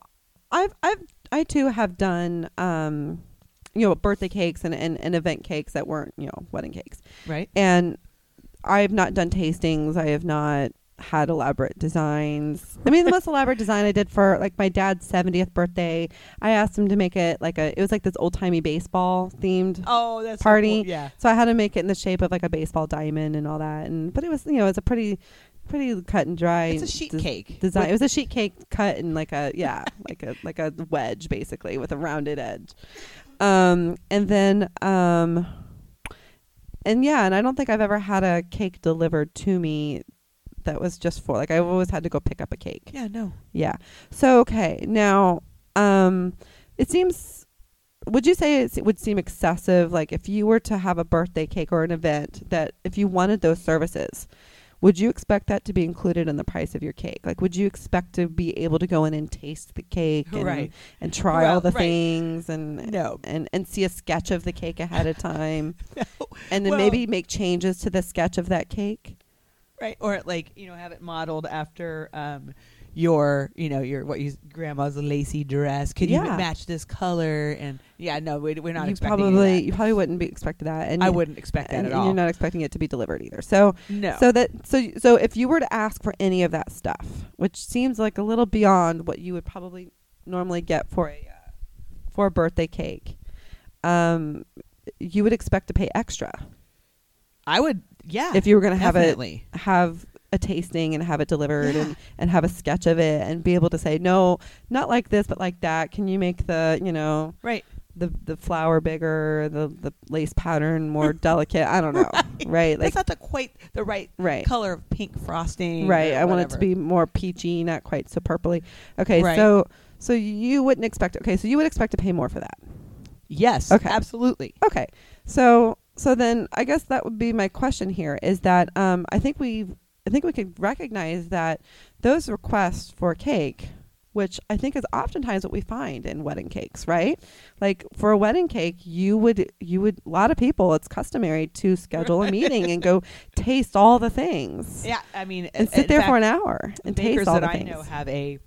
I've I've I too have done um, you know, birthday cakes and, and and event cakes that weren't you know wedding cakes,
right
and I have not done tastings. I have not had elaborate designs. I mean, the most elaborate design I did for like my dad's seventieth birthday, I asked him to make it like a it was like this old timey baseball themed.
oh that's so
party.
cool. yeah
So I had to make it in the shape of like a baseball diamond and all that, and but it was you know it's a pretty, pretty cut and dry.
it's a sheet
des-
cake
design.
With-
It was a sheet cake cut in like a yeah, like a like a wedge basically with a rounded edge. Um and then um and yeah, and I don't think I've ever had a cake delivered to me that was just for like I always had to go pick up a cake.
yeah no
Yeah. So okay, now um it seems would you say it would seem excessive like if you were to have a birthday cake or an event that if you wanted those services would you expect that to be included in the price of your cake? Like would you expect to be able to go in and taste the cake and
Right.
and try
Well,
all the
right.
things and
No.
and and see a sketch of the cake ahead of time
no
and then
Well-
maybe make changes to the sketch of that cake?
right or like you know have it modeled after um your you know your what you grandma's lacy dress could you
Yeah.
match this color and yeah no we, we're not
you
expecting any of
probably
that.
you probably wouldn't be expected that and
i
you-
wouldn't expect that
and,
at
and
all
you're not expecting it to be delivered either. So
no
so that so y- so if you were to ask for any of that stuff, which seems like a little beyond what you would probably normally get for a uh, for a birthday cake, um, you would expect to pay extra
i would yeah
if you were going to have it
definitely
have a tasting and have it delivered
Yeah.
and, and have a sketch of it and be able to say no not like this but like that can you make the you know
right
the the flower bigger the the lace pattern more delicate i don't know right, like
that's not the quite the right
right
color of pink frosting
Right.
or
I want it to
whatever.
be more peachy, not quite so purpley. Okay.
Right.
So so you wouldn't expect okay, so you would expect to pay more for that.
yes
Okay.
absolutely
Okay. So so then I guess that would be my question here is that um I think we I think we could recognize that those requests for cake which I think is oftentimes what we find in wedding cakes, right? Like for a wedding cake, you would you would a lot of people it's customary to schedule a meeting and go taste all the things.
yeah i mean
And
a-
sit
in
there
fact,
for an hour and
bakers
taste all
that
the
I
things.
know have a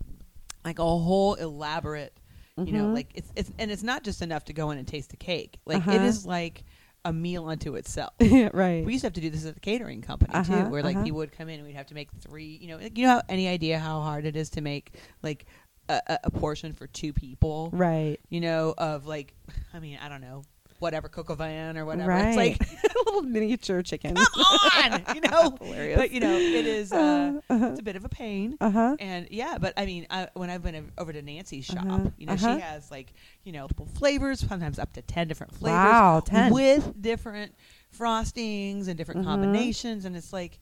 like a whole elaborate, you know,
Mhm.
like it's it's and it's not just enough to go in and taste the cake. Like it
Uh-huh.
is like a meal unto itself.
yeah, right.
We used to have to do this at the catering company
Uh-huh,
too, where like
uh-huh.
people would come in and we'd have to make three. You know, like, you know, how, any idea how hard it is to make like a, a, a portion for two people?
right.
You know, of like, I mean, I don't know, whatever cook van or whatever.
Right.
It's like,
little miniature chicken.
come on, you know.
Hilarious.
But you know, it is uh,
uh
it's a bit of a pain.
huh.
And yeah, but I mean, I, when I've been o- over to Nancy's shop,
Uh-huh,
you know,
uh-huh.
she has like you know multiple flavors, sometimes up to ten different flavors,
Wow, 10.
with different frostings and different
Mhm.
combinations, and it's like.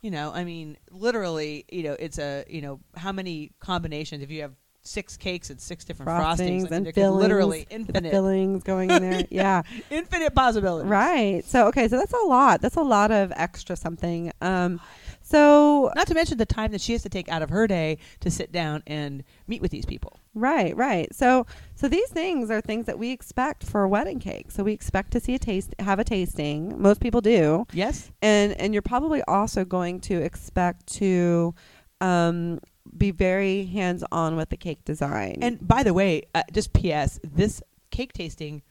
You know, I mean, literally, you know, it's a you know how many combinations? If you have six cakes and six different frostings,
Frostings
I mean,
and
there could
fillings.
literally
with
infinite,
fillings going in there. yeah.
infinite possibilities.
Right. So okay. So that's a lot. That's a lot of extra something. Um. So
Not to mention the time that she has to take out of her day to sit down and meet with these people.
Right, right. So, so these things are things that we expect for a wedding cake. So we expect to see a taste, have a tasting. Most people do,
Yes,
and and you're probably also going to expect to um, be very hands on with the cake design.
And by the way, uh, just P.S. This cake tasting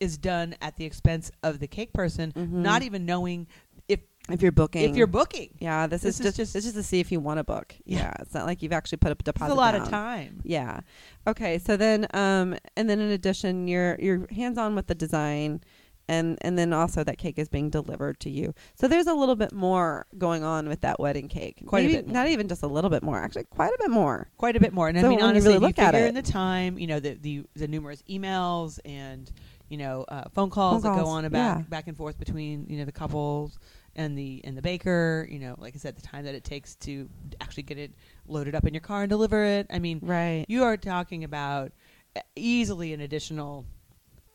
is done at the expense of the cake person,
Mhm.
not even knowing if
if you're booking,
if you're booking.
yeah, this, is, just, this is to see if you want to book.
Yeah.
Yeah. it's not like you've actually put up a
It's
deposit.
a lot
down.
of time.
Yeah. Okay. So then, um, and then in addition, you're you're hands on with the design, and and then also that cake is being delivered to you. So there's a little bit more going on with that wedding cake.
Quite a
Maybe
bit more.
Not even just a little bit more. Actually, quite a bit more.
Quite a bit more. And I
So
mean,
when you
honestly,
really
if you
look at
figure
it-
in the time, you know, the the, the numerous emails and you know uh, phone, calls that go
calls,
on and back
yeah.
back and forth between you know the couples and the and the baker. You know, like I said, the time that it takes to actually get it loaded up in your car and deliver it. I mean,
Right.
you are talking about uh, easily an additional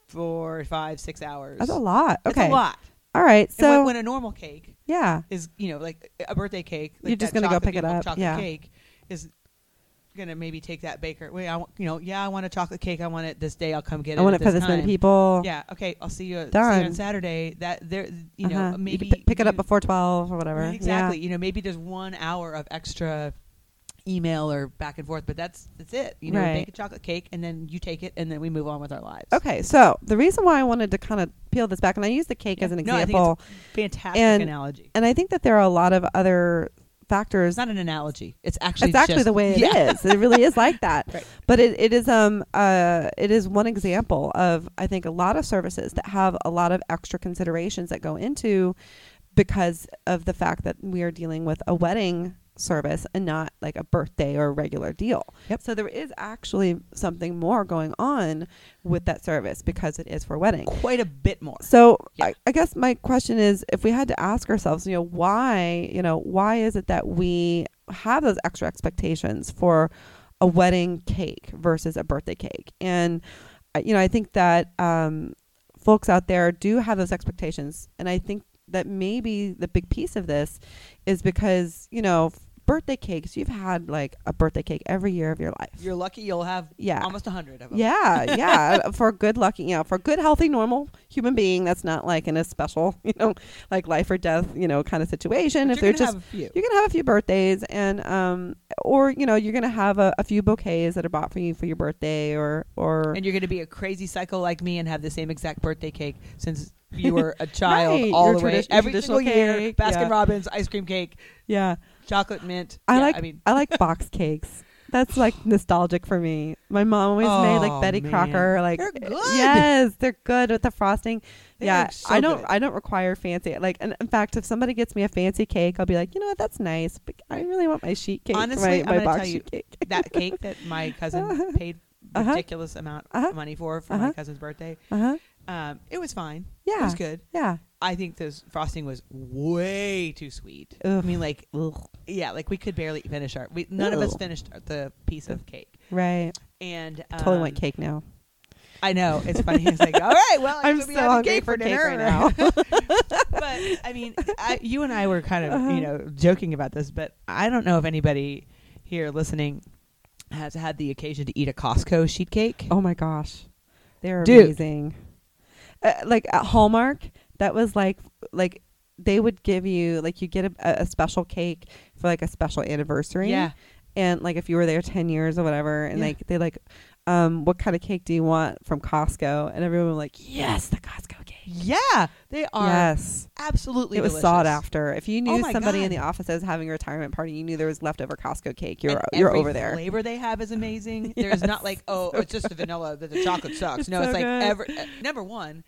four, five, six hours.
That's a lot.
It's
Okay.
a lot.
All right.
So
So
when, when a normal cake
yeah.
is, you know, like a birthday cake, like
You're just
that
gonna go
chocolate-
pick it
you know,
up,
Chocolate
yeah.
cake is gonna maybe take that baker. Wait, I want, you know, yeah, I want a chocolate cake. I want it this day. I'll come get it.
I want
at
it for this many
time.
people.
Yeah. Okay. I'll see you, see you on
Done.
Saturday. That there, you know,
Uh-huh. can
maybe
pi- pick it up
you-
before twelve or whatever.
Right, exactly. You know, maybe there's one hour of extra email or back and forth, but that's that's it. You know,
Right.
bake a chocolate cake and then you take it and then we move on with our lives.
Yeah. Okay. So the reason why I wanted to kind of peel this back, and I use the cake
Yeah.
as an
No, I think
example,
it's- Fantastic
And-
analogy.
and I think that there are a lot of other factors
It's not an analogy. It's actually
it's actually
just-
the way it is.
yeah.
It really is like that.
Right.
But it, it is um uh it is one example of I think a lot of services that have a lot of extra considerations that go into because of the fact that we are dealing with a wedding service and not like a birthday or a regular deal.
Yep.
So there is actually something more going on with that service because it is for wedding.
Quite a bit more.
So
Yeah.
I, I guess my question is, if we had to ask ourselves, you know, why, you know, why is it that we have those extra expectations for a wedding cake versus a birthday cake? And I- you know, I think that um, folks out there do have those expectations, and I think that maybe the big piece of this is because you know, birthday cakes. You've had like a birthday cake every year of your life.
You're lucky you'll have
yeah.
almost a hundred of them.
Yeah, yeah. uh, for a good lucky, you know, for a good, healthy, normal human being, that's not like in a special, you know, like life or death, you know, kind of situation.
But
if
you're
they're just,
gonna have a few.
you're gonna have a few birthdays, and um, or you know, you're gonna have a, a few bouquets that are bought for you for your birthday, or or
and you're gonna be a crazy psycho like me and have the same exact birthday cake since you were a child
Right,
all
your
the way
tradi-
every
traditional
single year.
cake,
Baskin
yeah.
Robbins ice cream cake,
yeah.
chocolate mint.
I
Yeah,
like I,
I mean,
like box cakes. That's like nostalgic for me. My mom always made
Oh,
like Betty
man.
Crocker, like eh,
They're good.
Yes, they're good with the frosting.
They
yeah,
look so
I don't.
good.
I don't require fancy. Like, and in fact, if somebody gets me a fancy cake, I'll be like, you know what, that's nice, but I really want my sheet cake,
Honestly,
my,
I'm
my
gonna
box
tell you-
sheet cake.
that cake that my cousin paid
Uh-huh.
ridiculous amount
Uh-huh.
of money for for my
Uh-huh.
cousin's birthday.
Uh huh.
Um, it was fine.
Yeah.
it was good.
Yeah.
I think this frosting was way too sweet. I
Ugh.
mean, like, yeah, like we could barely finish our. We, none of us
Ew.
finished the piece of cake.
Right.
And um,
totally want cake now.
I know it's funny. It's like, all right, well, I
I'm
guess we'll be
so
having
hungry
cake
for
for
cake
dinner
right now.
but I mean, I, you and I were kind of
Uh-huh.
you know joking about this, but I don't know if anybody here listening has had the occasion to eat a Costco sheet cake.
Oh my gosh, they're
Dude.
amazing. Uh, like at Hallmark, that was like like they would give you like you get a, a special cake for like a special anniversary.
yeah,
and like if you were there ten years or whatever, and
Yeah.
like they like, um, what kind of cake do you want from Costco? And everyone was like, yes, the Costco cake.
yeah, they are
Yes,
absolutely.
it was
delicious.
sought after. If you
Oh
knew
my
somebody in the
God.
office that was having a retirement party, you knew there was leftover Costco cake. You're
And
you're
every
over there.
Flavor they have is amazing. There is not like oh, it's just the vanilla that the chocolate sucks.
It's
no, it's
so
like
good.
ever uh, number one,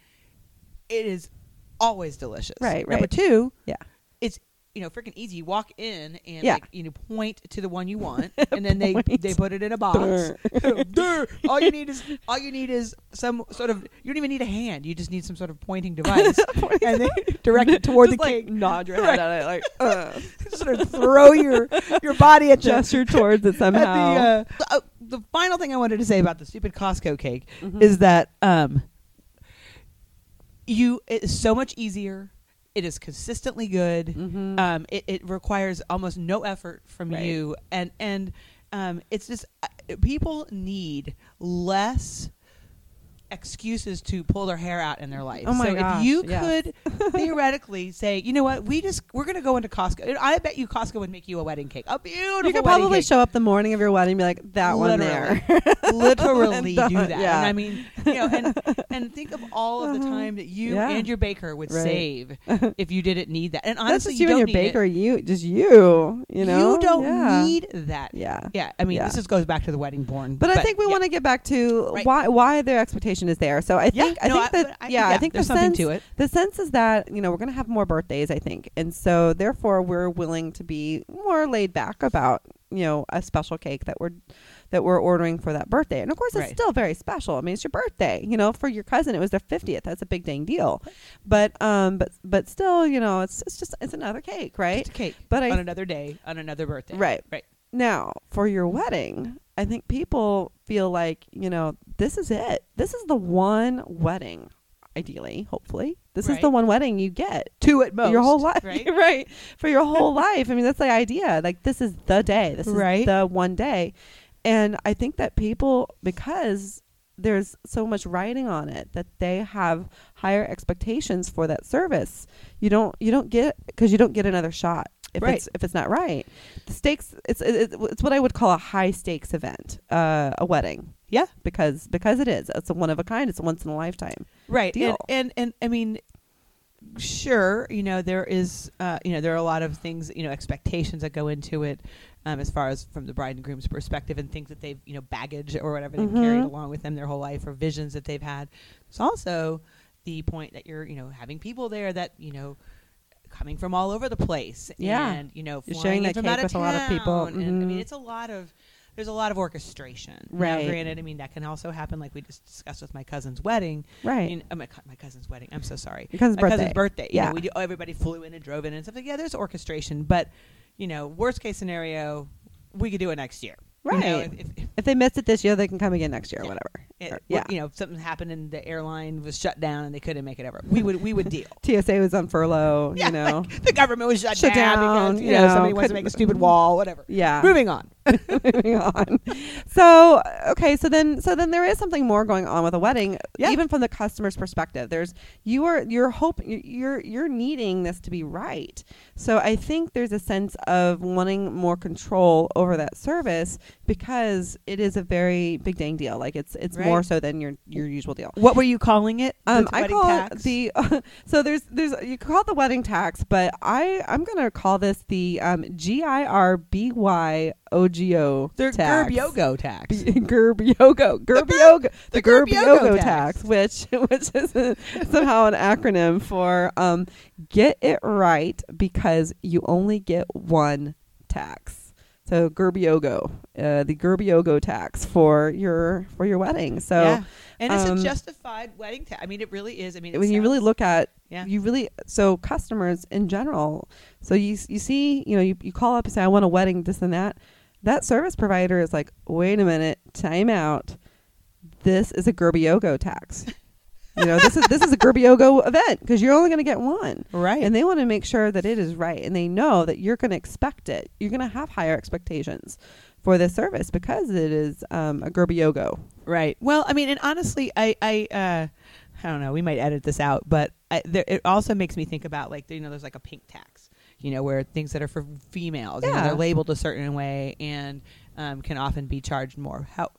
it is always delicious.
Right,
Number
right.
two,
Yeah.
it's you know freaking easy. You walk in and
Yeah.
like, you know point to the one you want, and then they
Point.
they put it in a box. Durr. all you need is all you need is some sort of you don't even need a hand. You just need some sort of pointing device, and they direct it toward the
Just, like,
cake.
nod your head
Right.
at it, like uh,
sort of throw your your body at the
gesture towards it
at
somehow.
The, uh, uh, the final thing I wanted to say about the stupid Costco cake
Mhm.
is that um, you it is so much easier. It is consistently good.
Mhm.
Um, it, it requires almost no effort from
Right.
you, and and um, it's just uh, people need less excuses to pull their hair out in their life.
Oh my
so
gosh,
if you
yes.
could theoretically say, you know what, we just we're going to go into Costco. I bet you Costco would make you a wedding cake, a beautiful.
You could
wedding
probably
cake.
show up the morning of your wedding and be like, that one there.
literally
And
do
done,
that.
yeah.
And I mean, you know, and and think of all of the
Uh-huh.
time that you
Yeah.
and your baker would
Right.
save if you didn't need that. And
That's
honestly,
just
you,
you and
don't
your
need it.
baker, you, just you, you know?
You don't
Yeah.
need that.
Yeah.
Yeah, I mean,
Yeah.
this just goes back to the wedding born.
But, I think we
yeah.
want to get back to
Right.
why why their expectation is there. So I
Yeah,
think I
no,
think that
I- but I-
yeah, I
yeah,
think the
there's something
sense
to it.
the sense is that you know we're going to have more birthdays, I think, and so therefore we're willing to be more laid back about you know a special cake that we're that we're ordering for that birthday, and of course it's
Right.
still very special. I mean, it's your birthday, you know. For your cousin, it was their fiftieth. That's a big dang deal, but um, but but still, you know, it's it's just it's another cake, right?
Just a cake,
But
but
I-
on another day, on another birthday.
Right.
Right.
Now, for your wedding, I think people feel like, you know, this is it. This is the one wedding, ideally, hopefully. This is the
Right.
one wedding you get
Two at
your whole life,
Right.
For your whole life. I mean, that's the idea. Like, this is the day. This is
Right.
the one day. And I think that people, because there's so much writing on it, that they have higher expectations for that service. You don't, you don't get because you don't get another shot if
Right.
it's if it's not right. The stakes. It's it, it- it's what I would call a high stakes event, uh, a wedding,
Yeah.
because because it is. It's a one of a kind. It's a once in a lifetime.
Right.
deal.
And, and and I mean, sure, you know there is, uh, you know there are a lot of things, you know, expectations that go into it, um, as far as from the bride and groom's perspective, and things that they've, you know, baggage or whatever they've carried
Mhm.
along with them their whole life, or visions that they've had. It's also the point that you're, you know, having people there that you know. Coming from all over the place,
Yeah.
and you know,
You're
flying
sharing
in
that
from
cake
out of
with a lot of people.
town, And, I mean,
Mhm.
it's a lot of there's a lot of orchestration. Now,
Right.
granted, I mean that can also happen, like we just discussed with my cousin's wedding.
Right.
In, uh, my, cou- my cousin's wedding. I'm so sorry.
Your cousin's
my
birthday.
cousin's birthday. Yeah.
Yeah.
we do, oh, everybody flew in and drove in and stuff. Like, yeah, there's orchestration, but you know, worst case scenario, we could do it next year. You know,
Right.
if, if, if
If they missed it this year, they can come again next year or
Yeah.
whatever.
it-
Or-
what- you know something happened and the airline was shut down and they couldn't make it over, we would we would deal.
TSA was on furlough,
Yeah,
you know.
like, the government was shut,
Shut down,
because
you
you know
know,
somebody wants
couldn't-
to make a stupid wall, whatever.
yeah.
Moving on.
Moving on. So okay, so then so then there is something more going on with a wedding,
Yeah.
even from the customer's perspective. There's you are you're hoping you're you're needing this to be right. So I think there's a sense of wanting more control over that service because it is a very big dang deal. Like it's it's
Right.
more so than your your usual deal.
What were you calling it?
Um,
The
I
wedding
call
tax?
it the so there's there's you call it the wedding tax, but I I'm gonna call this the um, G I R B Y O G O
the
tax.
Gerb Yogo tax.
B- Gerb Yogo, Gerb
Gerb-
Yogo, the
the
Gerb
Gerb
Yogo
Yogo
tax, which which is somehow an acronym for um, get it right because you only get one tax. So Gerb Yogo, uh, the Gerb Yogo tax for your for your wedding. So.
yeah. and it's
um,
a justified wedding tax. I mean, it really is. I mean, it
when you really
sounds-
look at
Yeah.
you really so customers in general so you you see you know you, you call up and say i want a wedding this and that that service provider is like wait a minute time out this is a gerbiogo tax you know this is this is a gerbiogo event because you're only going to get one
right,
and they want to make sure that it is right and they know that you're going to expect it you're going to have higher expectations for this service because it is um, a gerbiogo
Right. Well, I mean, and honestly, I, I, uh, I don't know. We might edit this out, but I, there, it also makes me think about like you know, there's like a pink tax, you know, where things that are for females, you know,
Yeah.
they're labeled a certain way and um, can often be charged more. How?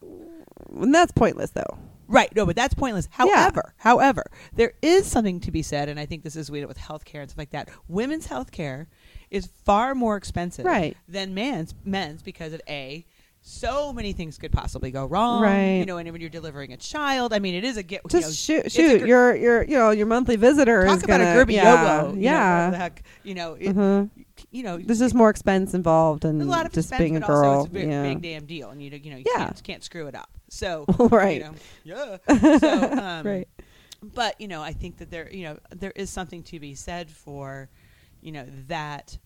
and that's pointless though
Right. No, but that's pointless. However, however, there is something to be said, and I think this is weird with healthcare and stuff like that. Women's healthcare is far more expensive
Right.
than men's men's because of a so many things could possibly go wrong.
Right.
You know, and when you're delivering a child, I mean, it is a get. you know,
just shoot,
it's a
shoot.
gr-
your your you know your monthly visitor
talk
is
about
gonna
a Gerby
yeah,
yogo. You know, whatever the
yeah.
heck, you know, it,
Mhm.
you know,
There's just more expense involved and
a lot of
Mm, just
expense,
being a
but
girl.
Also it's a big,
yeah.
big damn deal, and you you know you
Yeah.
can't, can't screw it up. So
Right.
you know, yeah. So, um,
Right.
But you know, I think that there you know there is something to be said for you know that.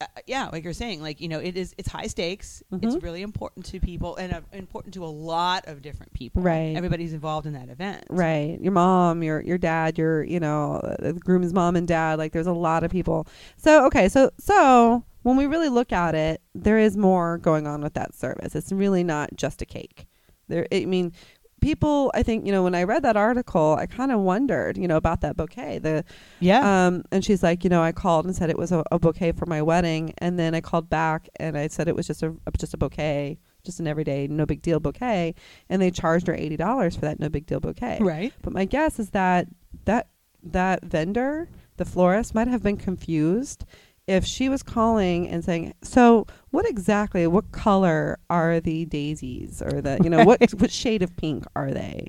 Uh, yeah, like you're saying, like you know, it is it's high stakes.
Mhm.
It's really important to people and uh, important to a lot of different people.
Right.
everybody's involved in that event.
Right. Your mom, your your dad, your you know uh, the groom's mom and dad. Like there's a lot of people. So okay, so so when we really look at it, there is more going on with that service. It's really not just a cake. There, I mean, people, I think, you know, when I read that article, I kind of wondered, you know, about that bouquet. The
Yeah.
um, and she's like, you know, I called and said it was a, a bouquet for my wedding, and then I called back and I said it was just a just a bouquet, just an everyday, no big deal bouquet, and they charged her eighty dollars for that no big deal bouquet.
right.
But my guess is that that that vendor, the florist, might have been confused if she was calling and saying, "So, what exactly? What color are the daisies, or the you know what what shade of pink are they,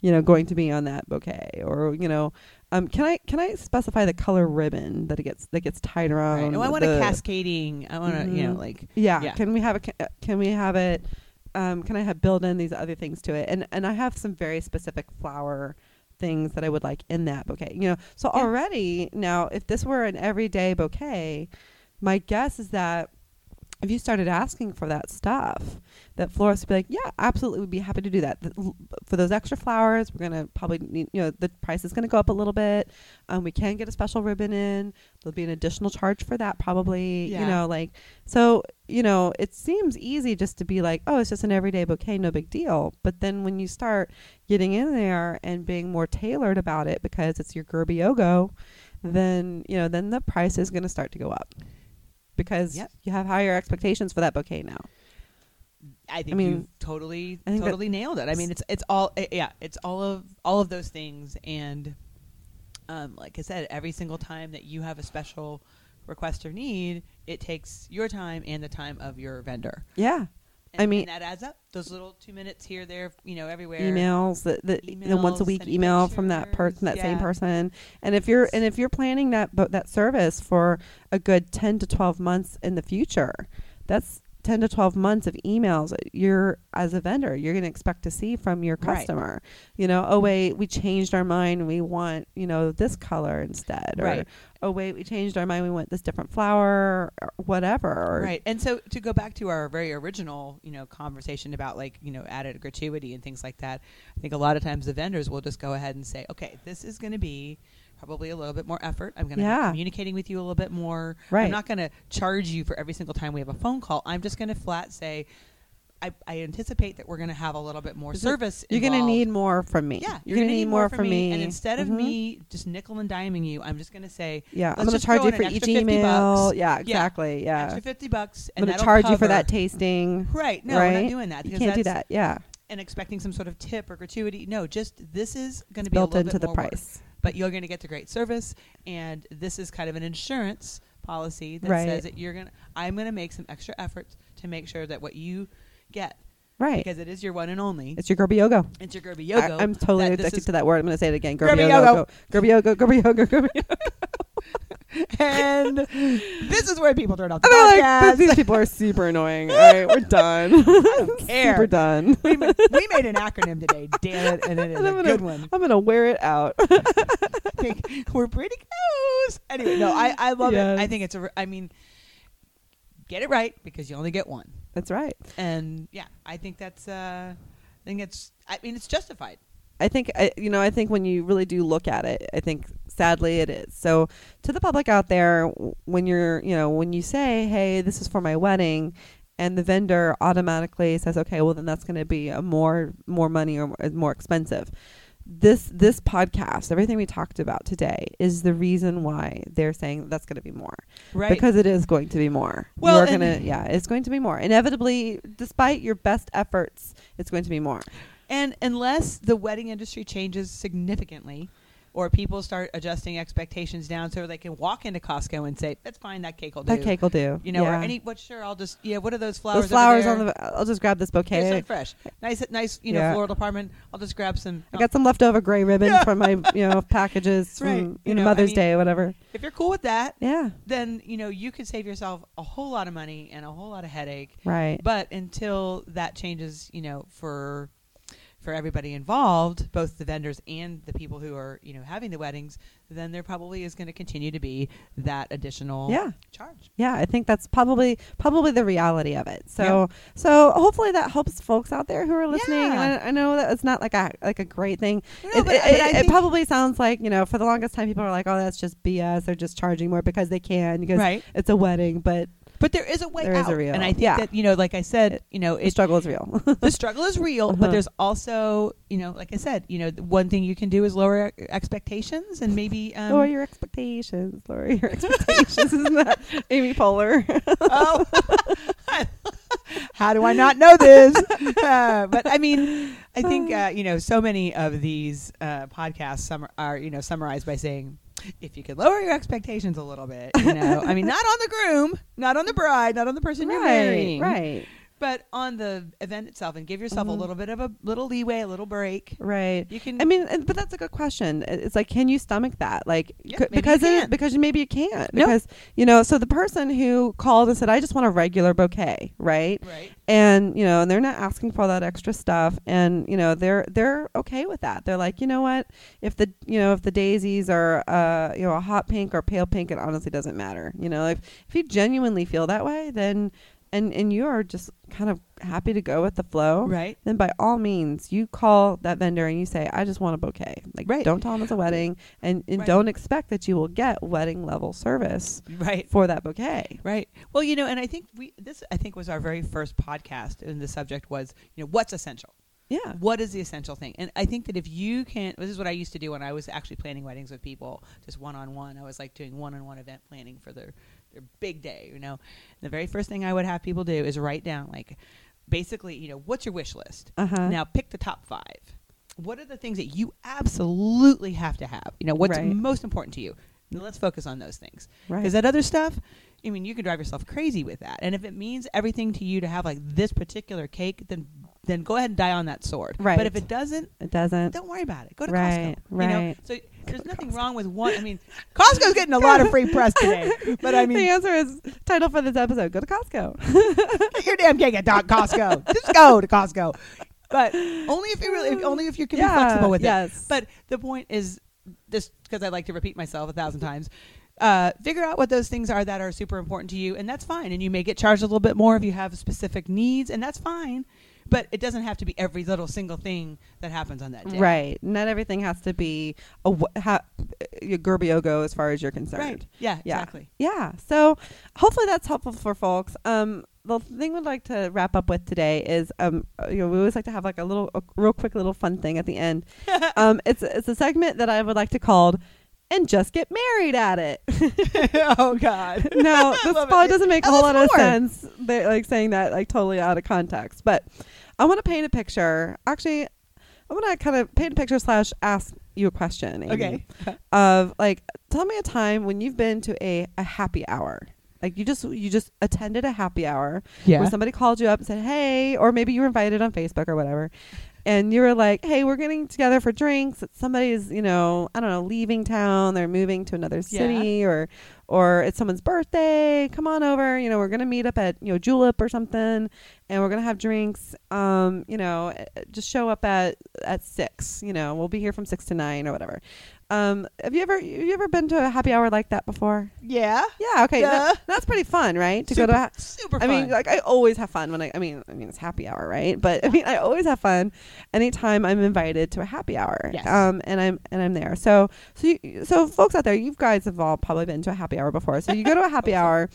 you know, going to be on that bouquet, or you know." Um, can I can I specify the color ribbon that it gets that gets tied around?
right. Oh, I want a
Um, the-
cascading. I want to, you know,
Mhm.
like
yeah.
Yeah.
Can we have a ca- uh, can we have it? Um, can I have build in these other things to it? And and I have some very specific flower things that I would like in that bouquet. You know, so
Yeah.
already now, if this were an everyday bouquet, my guess is that if you started asking for that stuff, that florist would be like, "Yeah, absolutely, we'd be happy to do that." The- l- For those extra flowers, we're gonna probably need, you know, the price is gonna go up a little bit. Um, we can get a special ribbon in. There'll be an additional charge for that, probably. You
Yeah.
know, like so, you know, it seems easy just to be like, "Oh, it's just an everyday bouquet, no big deal." But then when you start getting in there and being more tailored about it because it's your Gerbiogo, then you know, then the price is gonna start to go up because
Yep.
you have higher expectations for that bouquet now.
I think
mean,
you totally
I think that-
totally nailed it. I mean, it's it's all i- yeah, it's all of all of those things, and um, like I said, every single time that you have a special request or need, it takes your time and the time of your vendor.
Yeah.
And,
I mean-
and that adds up. Those little two minutes here, there, you know, everywhere.
Emails, the, the, the once a
Emails,
week
sending
email from that
pictures,
person, that same
yeah.
person, and if you're and if you're planning that bo- that service for a good ten to twelve months in the future, that's ten to twelve months of emails. You're as a vendor, you're going to expect to see from your
Right.
customer. You know, oh wait, we changed our mind. We want you know this color instead, or
Right.
oh wait, we changed our mind. We want this different flower, or whatever. or-
Right. And so to go back to our very original, you know, conversation about like, you know, added gratuity and things like that, I think a lot of times the vendors will just go ahead and say, okay, this is going to be probably a little bit more effort. I'm going to
Yeah.
be communicating with you a little bit more.
Right.
I'm not going to charge you for every single time we have a phone call. I'm just going to flat say, I, I anticipate that we're going to have a little bit more
Is it-
service.
You're going to
involved."
need more from me.
Yeah,
you're, going to need more from me.
And instead of
Mhm.
me just nickel and diming you, I'm just going to say,
Yeah,
let's
I'm going
just
to charge
throw
you
in an
for each
extra 50
email.
bucks.
Yeah, exactly. Yeah.
extra fifty bucks,
I'm
and
going to
that'll
charge you for
cover-
that tasting.
Right. No, we're
right?
not doing that.
You
because
can't do
that's-
that. Yeah.
And expecting some sort of tip or gratuity. No, just this is going to be
Built
a little
into
bit
the
more work,
price.
but you're going to get the great service, and this is kind of an insurance policy that
Right.
says that you're going. to I'm going to make some extra efforts to make sure that what you get,
Right.
because it is your one and only. It's,
it's your Gerby Yogo.
your Gerby
I,
Yogo.
I'm totally
that this
addicted
is-
to that word. I'm going to say it again. Gerby
Gerby
Yogo. Gerby Yogo. Gerby Yogo. Gerby Yogo.
and this is where people turn off the
And they're like,
podcast.
these people are super annoying. All right, we're done.
care.
super done.
we, ma- we made an acronym today, damn it, and it is
And
a
I'm gonna-
good one.
I'm going to wear it out.
I think we're pretty close. Anyway, no, I, I love
Yes.
it. I think it's a, re- I mean, get it right because you only get one.
That's right.
And yeah, I think that's, uh, I think it's, I mean, it's justified.
I think I, you know. I think when you really do look at it, I think sadly it is. So to the public out there, w- when you're you know when you say, "Hey, this is for my wedding," and the vendor automatically says, "Okay, well then that's going to be a more more money or more, more expensive." This this podcast, everything we talked about today, is the reason why they're saying that's going to be more
Right.
because it is going to be more.
Well,
You're
and-
gonna yeah, it's going to be more. Inevitably, despite your best efforts, it's going to be more.
and unless the wedding industry changes significantly or people start adjusting expectations down so they can walk into Costco and say, that's fine, that cake will do.
That cake will do.
You know,
yeah.
or any, what, sure, I'll just, yeah, what are those flowers?
those flowers
over
on
there?
the. I'll just grab this
Here's some
bouquet.
fresh, nice, nice, you know,
Yeah.
floral department. I'll just grab some.
I got some leftover gray ribbon
Yeah.
from my, you know, packages
That's
from
right.
you
You
know,
know, I
Mother's
mean-
Day or whatever.
If you're cool with that,
Yeah,
then you know you could save yourself a whole lot of money and a whole lot of headache
right.
but until that changes you know for for everybody involved both the vendors and the people who are you know having the weddings then there probably is going to continue to be that additional
Yeah.
charge
yeah, I think that's probably probably the reality of it. So so hopefully that helps folks out there who are listening.
Yeah.
And I, I know that it's not like a like a great thing.
No,
it,
but-
it-
but I
it- it
think-
probably sounds like you know for the longest time people are like, oh, that's just BS. They're just charging more because they can because
Right.
it's a wedding. But
But there is a way
There is
out,
a real-
and I think
yeah.
that you know, like I said, you know,
the
it's
struggle is real.
the struggle is real,
Uh-huh.
but there's also, you know, like I said, you know, the one thing you can do is lower e- expectations and maybe. Um,
lower your expectations. Lower your expectations. Isn't that Amy Poehler?
oh, how do I not know this? Uh, but I mean, I think uh, you know, so many of these uh, podcasts sum- are you know summarized by saying. If you could lower your expectations a little bit, you know, I mean, not on the groom, not on the bride, not on the person you're marrying,
right,
But on the event itself, and give yourself
Mhm.
a little bit of a little leeway, a little break.
right.
You can.
I mean, and- but that's a good question. It- It's like, can you stomach that? Like,
Yeah,
c-
maybe you
because it-
can't.
because maybe you can't.
No.
Because you know, so the person who called and said, "I just want a regular bouquet," right?
right.
And you know, and they're not asking for all that extra stuff, and you know, they're they're okay with that. They're like, you know what? If the you know if the daisies are uh you know a hot pink or pale pink, it honestly doesn't matter. You know, if if you genuinely feel that way, then and and you are just kind of happy to go with the flow,
Right.
then by all means you call that vendor and you say i just want a bouquet like
Right.
don't tell them it's a wedding and, and
Right.
don't expect that you will get wedding level service
Right.
for that bouquet
Right. Well, you know, and I think we this I think was our very first podcast and the subject was, you know, what's essential?
yeah
What is the essential thing? And I think that if you can this is what I used to do when I was actually planning weddings with people, just one on one. I was like doing one on one event planning for their their big day, you know. And the very first thing I would have people do is write down like basically, you know, what's your wish list?
uh-huh
Now pick the top five. What are the things that you absolutely have to have? You know, what's
Right.
most important to you? Now, let's focus on those things.
right
Because that other stuff, I mean, you can drive yourself crazy with that. And if it means everything to you to have like this particular cake, then then go ahead and die on that sword.
Right.
But if it doesn't,
it doesn't
don't worry about it. Go to
Right,
Costco. You know?
right.
So there's nothing wrong with one. I mean, Costco's getting a lot of free press today. But I
the
mean,
answer is title for this episode go to costco
get your damn cake at dot Costco. Just go to Costco. But only if you really, if- only if you can be flexible with it.
yes
But the point is, just because I like to repeat myself a thousand times, uh, figure out what those things are that are super important to you, and that's fine. And you may get charged a little bit more if you have specific needs, and that's fine. But it doesn't have to be every little single thing that happens on that day.
right not everything has to be a wh- ha- eh, your gerbiogo as far as you're concerned
Right. Yeah.
Yeah.
Exactly.
Yeah. So hopefully that's helpful for folks. Um, the thing we'd like to wrap up with today is, um, you know, we always like to have like a little, a real quick little fun thing at the end. um, it's it's a segment that I would like to call, and just get married at it.
oh God.
Now this
Love it.
probably doesn't make a
Tell
whole
us
lot of
more.
sense. They're like saying that like totally out of context, but I want to paint a picture. Actually, I want to kind of paint a picture slash ask you a question. Amy
Okay.
of like tell me a time when you've been to a, a happy hour like you just you just attended a happy hour where somebody called you up and said hey or maybe you were invited on facebook or whatever and you were like hey we're getting together for drinks it's somebody's you know i don't know leaving town they're moving to another
Yeah.
city or or it's someone's birthday come on over you know we're gonna meet up at you know julep or something and we're gonna have drinks um you know eh, eh, just show up at at six you know we'll be here from six to nine or whatever um, have you ever have you ever been to a happy hour like that before?
Yeah.
Yeah. Okay.
Duh.
that- that's pretty fun, right? To
super,
go to. A,
super.
I
Fun.
mean, like I always have fun when I. I mean, I mean it's happy hour, right? But I mean, I always have fun anytime I'm invited to a happy hour.
Yes.
Um, and I'm and I'm there. So so you, so folks out there, you guys have all probably been to a happy hour before. So you go to a happy hour.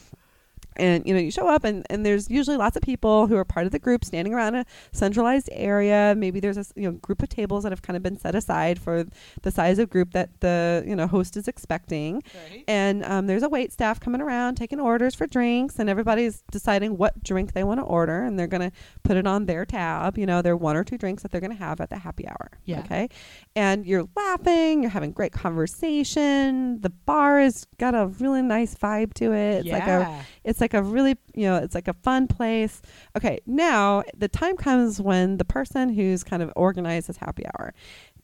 And you know you show up and, and there's usually lots of people who are part of the group standing around a centralized area. Maybe there's a s- you know group of tables that have kind of been set aside for the size of group that the you know host is expecting
Right.
and um, there's a wait staff coming around taking orders for drinks and everybody's deciding what drink they want to order and they're going to put it on their tab you know their one or two drinks that they're going to have at the happy hour
Yeah.
okay and you're laughing you're having great conversation the bar has got a really nice vibe to it it's
yeah.
like a it's like a really you know it's like a fun place okay now the time comes when the person who's kind of organized this happy hour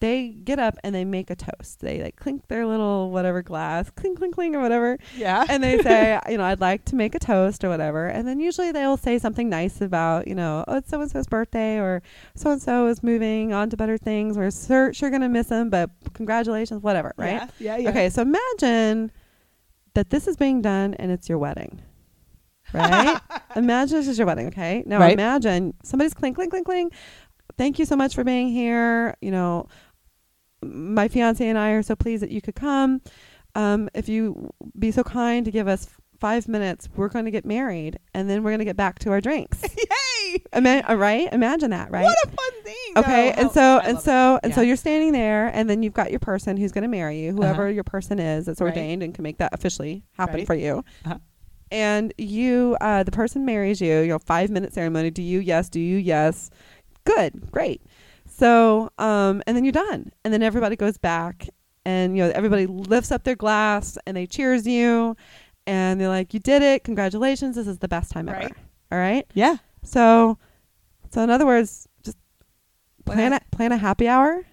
they get up and they make a toast they like clink their little whatever glass clink clink clink or whatever
yeah.
and they say you know i'd like to make a toast or whatever and then usually they'll say something nice about you know oh it's so and so's birthday or so and so is moving on to better things we're sure, sure gonna miss him but congratulations whatever right
Yeah. Yeah. yeah.
Okay, so imagine that this is being done and it's your wedding. Right? imagine this is your wedding, okay? Now
Right.
imagine somebody's clink, clink, clink, clink. Thank you so much for being here. You know, my fiance and I are so pleased that you could come. Um, if you be so kind to give us five minutes, we're going to get married, and then we're going to get back to our drinks.
Yay!
Ima- uh, right? Imagine that, right?
What a fun thing.
okay,
No,
and
oh,
so
I
and
love
so and so
Yeah.
you're standing there, and then you've got your person who's going to marry you, whoever
Uh-huh.
your person is that's
Right.
ordained and can make that officially happen
Right.
for you.
it. Uh-huh.
And you, uh, the person marries you. Your five minute ceremony. Do you? Yes. Do you? Yes. Good. Great. So, um, and then you're done, and then everybody goes back, and you know everybody lifts up their glass and they cheers you, and they're like, "You did it! Congratulations! This is the best time ever."
Right.
All right.
Yeah.
So, so in other words, just
What
plan a,
hap-
plan a happy hour,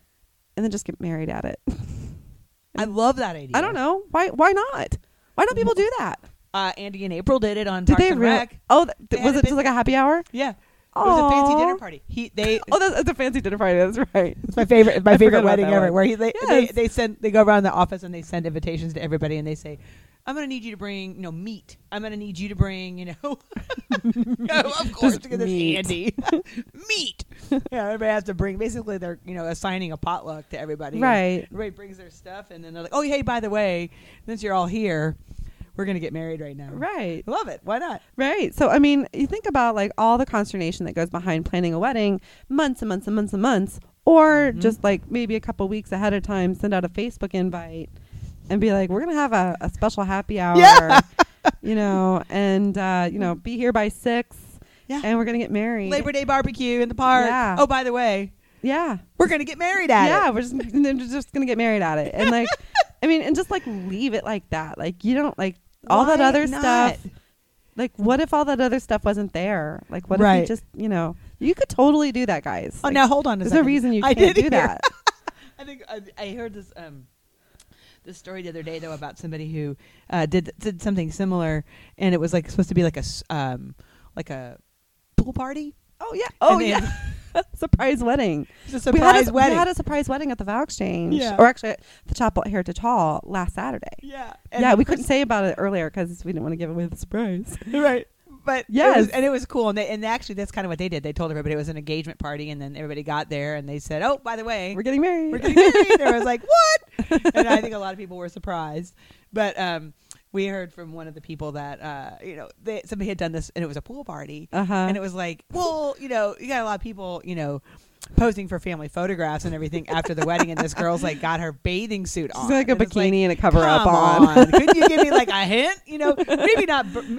and then just get married at it.
I love that idea.
I don't know why. Why not? Why don't people do that?
Uh, Andy and April did it on
Did
Parks
they
and
really?
Rec.
Oh, th-
They
was
had a
it just
big-
like a happy hour?
Yeah. It was a fancy dinner
Aw.
party. He they
Oh, that's, that's a fancy dinner party. That's right.
It's my favorite.
I
My
forgot
favorite
about
wedding
that
ever.
one.
Where he, they,
Yes.
they they send they go around the office and they send invitations to everybody and they say, "I'm going to need you to bring you know meat. I'm going to need you to bring you know, Oh, of course,
Just
look at this
meat.
Andy, meat. Yeah, everybody has to bring. Basically, they're you know assigning a potluck to everybody. And
Right.
Everybody brings their stuff and then they're like, "Oh hey, by the way, since you're all here, we're going to get married right now.
Right.
Love it. Why not?
Right. So I mean, you think about like all the consternation that goes behind planning a wedding, months and months and months and months, or
Mhm.
just like maybe a couple weeks ahead of time, send out a Facebook invite and be like, "We're gonna have a, a special happy hour,"
Yeah.
you know, and uh, you know, be here by six,
Yeah.
and we're gonna get married.
Labor Day barbecue in the park.
Yeah.
Oh, by the way,
yeah,
we're going to get married at
yeah,
it.
we're just and they're just gonna get married at it, and like, I mean, and just like leave it like that. Like you don't like all that
Why
other
not?
stuff. Like, what if all that other stuff wasn't there? Like, what if
Right.
you just, you know, you could totally do that, guys.
Oh,
Like,
now hold on. A
there's no
second.
reason you
I
can't
did
do
hear-
that.
I think I, I heard this um this story the other day though about somebody who uh, did did something similar, and it was like supposed to be like a s- um like a pool party.
oh yeah, oh
And they-
yeah, surprise wedding.
It was a
we had a,
surprise
We
wedding.
had a surprise wedding at the Vow Exchange,
Yeah.
or actually at the Chapel at Heritage Hall last Saturday.
yeah,
yeah,
the
we
person-
couldn't say about it earlier because we didn't want to give away the surprise.
right. But yeah,
Yes.
and it was cool, and they, and actually that's kind of what they did. They told everybody it was an engagement party, and then everybody got there, and they said, "Oh, by the way,
We're getting married.
we're getting married. And I was like, what? And I think a lot of people were surprised. But um, we heard from one of the people that, uh, you know, they, somebody had done this and it was a pool party.
uh huh.
And it was like, well, you know, you got a lot of people, you know, posing for family photographs and everything after the wedding. And this girl's like got her bathing suit on.
She's got, like a
And it's like,
bikini and a cover up
come
on.
Couldn't you give me like a hint? You know, maybe not, b-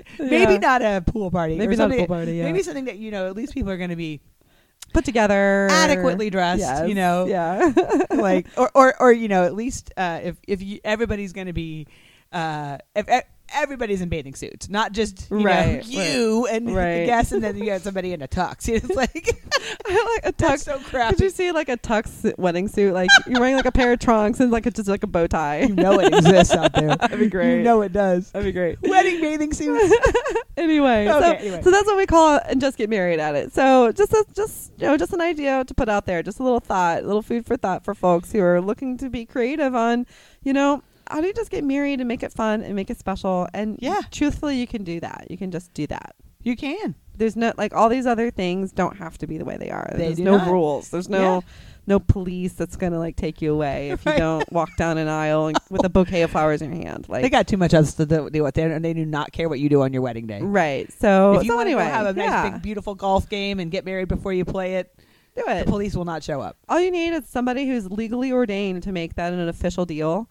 maybe
Yeah.
not a pool party.
Maybe not
or
a
something-
pool party, yeah.
Maybe something that, you know, at least people are going to be
Put together,
adequately dressed,
Yes,
you know,
Yeah.
like or, or or you know at least uh, if if you, everybody's going to be uh, if e- everybody's in bathing suits, not just you know,
Right,
you and the
Right.
guests, and then you got somebody in a tux. It's like
I like a
that's
tux.
so
Could
crappy.
you see like a tux wedding suit? Like you're wearing like a pair of trunks and like a, just like a bow tie.
You know it exists out there.
That'd be great.
You know it does.
That'd be great.
Wedding bathing suits.
anyway, so,
Okay, anyway.
so that's what we call it and just get married at it. So just a, just you know just an idea to put out there, just a little thought, a little food for thought for folks who are looking to be creative on, you know, how do you just get married and make it fun and make it special? And
Yeah.
truthfully, you can do that. You can just do that.
You can.
There's no like all these other things don't have to be the way they are.
They
There's
do
no
not.
rules. There's no no police that's gonna like take you away if
Right.
you don't walk down an aisle and, with a bouquet of flowers in your hand. Like
They got too much else to do- deal with there, and they do not care what you do on your wedding day.
right. So
If you
so
want to
anyway,
have a nice,
yeah,
big, beautiful golf game and get married before you play it,
do
the
it.
police will not show up.
All you need is somebody who's legally ordained to make that an official deal,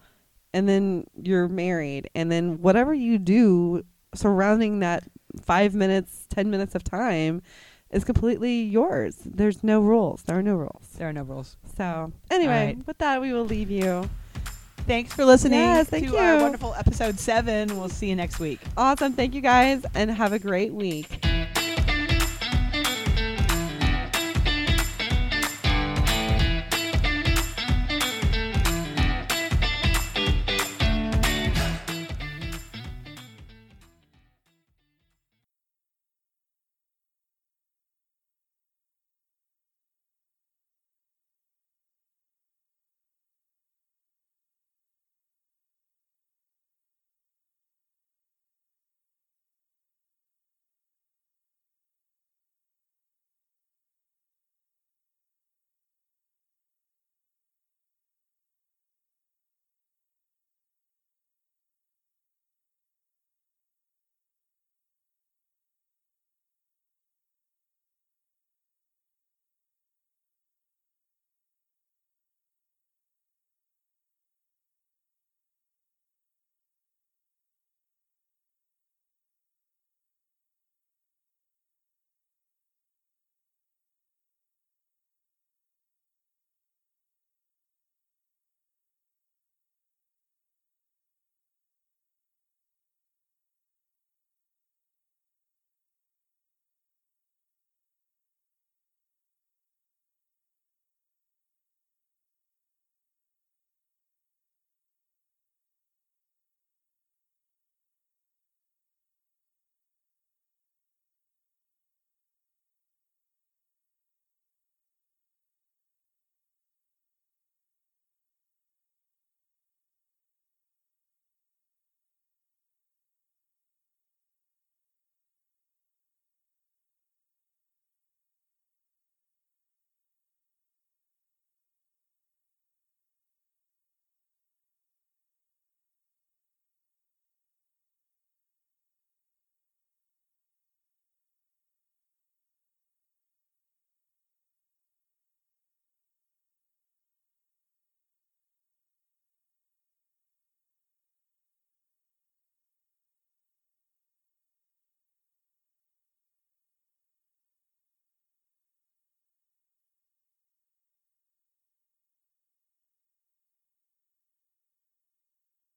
and then you're married, and then whatever you do surrounding that five minutes, ten minutes of time is completely yours. There's no rules. There are no rules.
There are no rules.
So anyway,
right.
with that, we will leave you.
Thanks for listening
Yes, thank
to our
you.
wonderful episode seven. We'll see you next week.
Awesome. Thank you guys, and have a great week.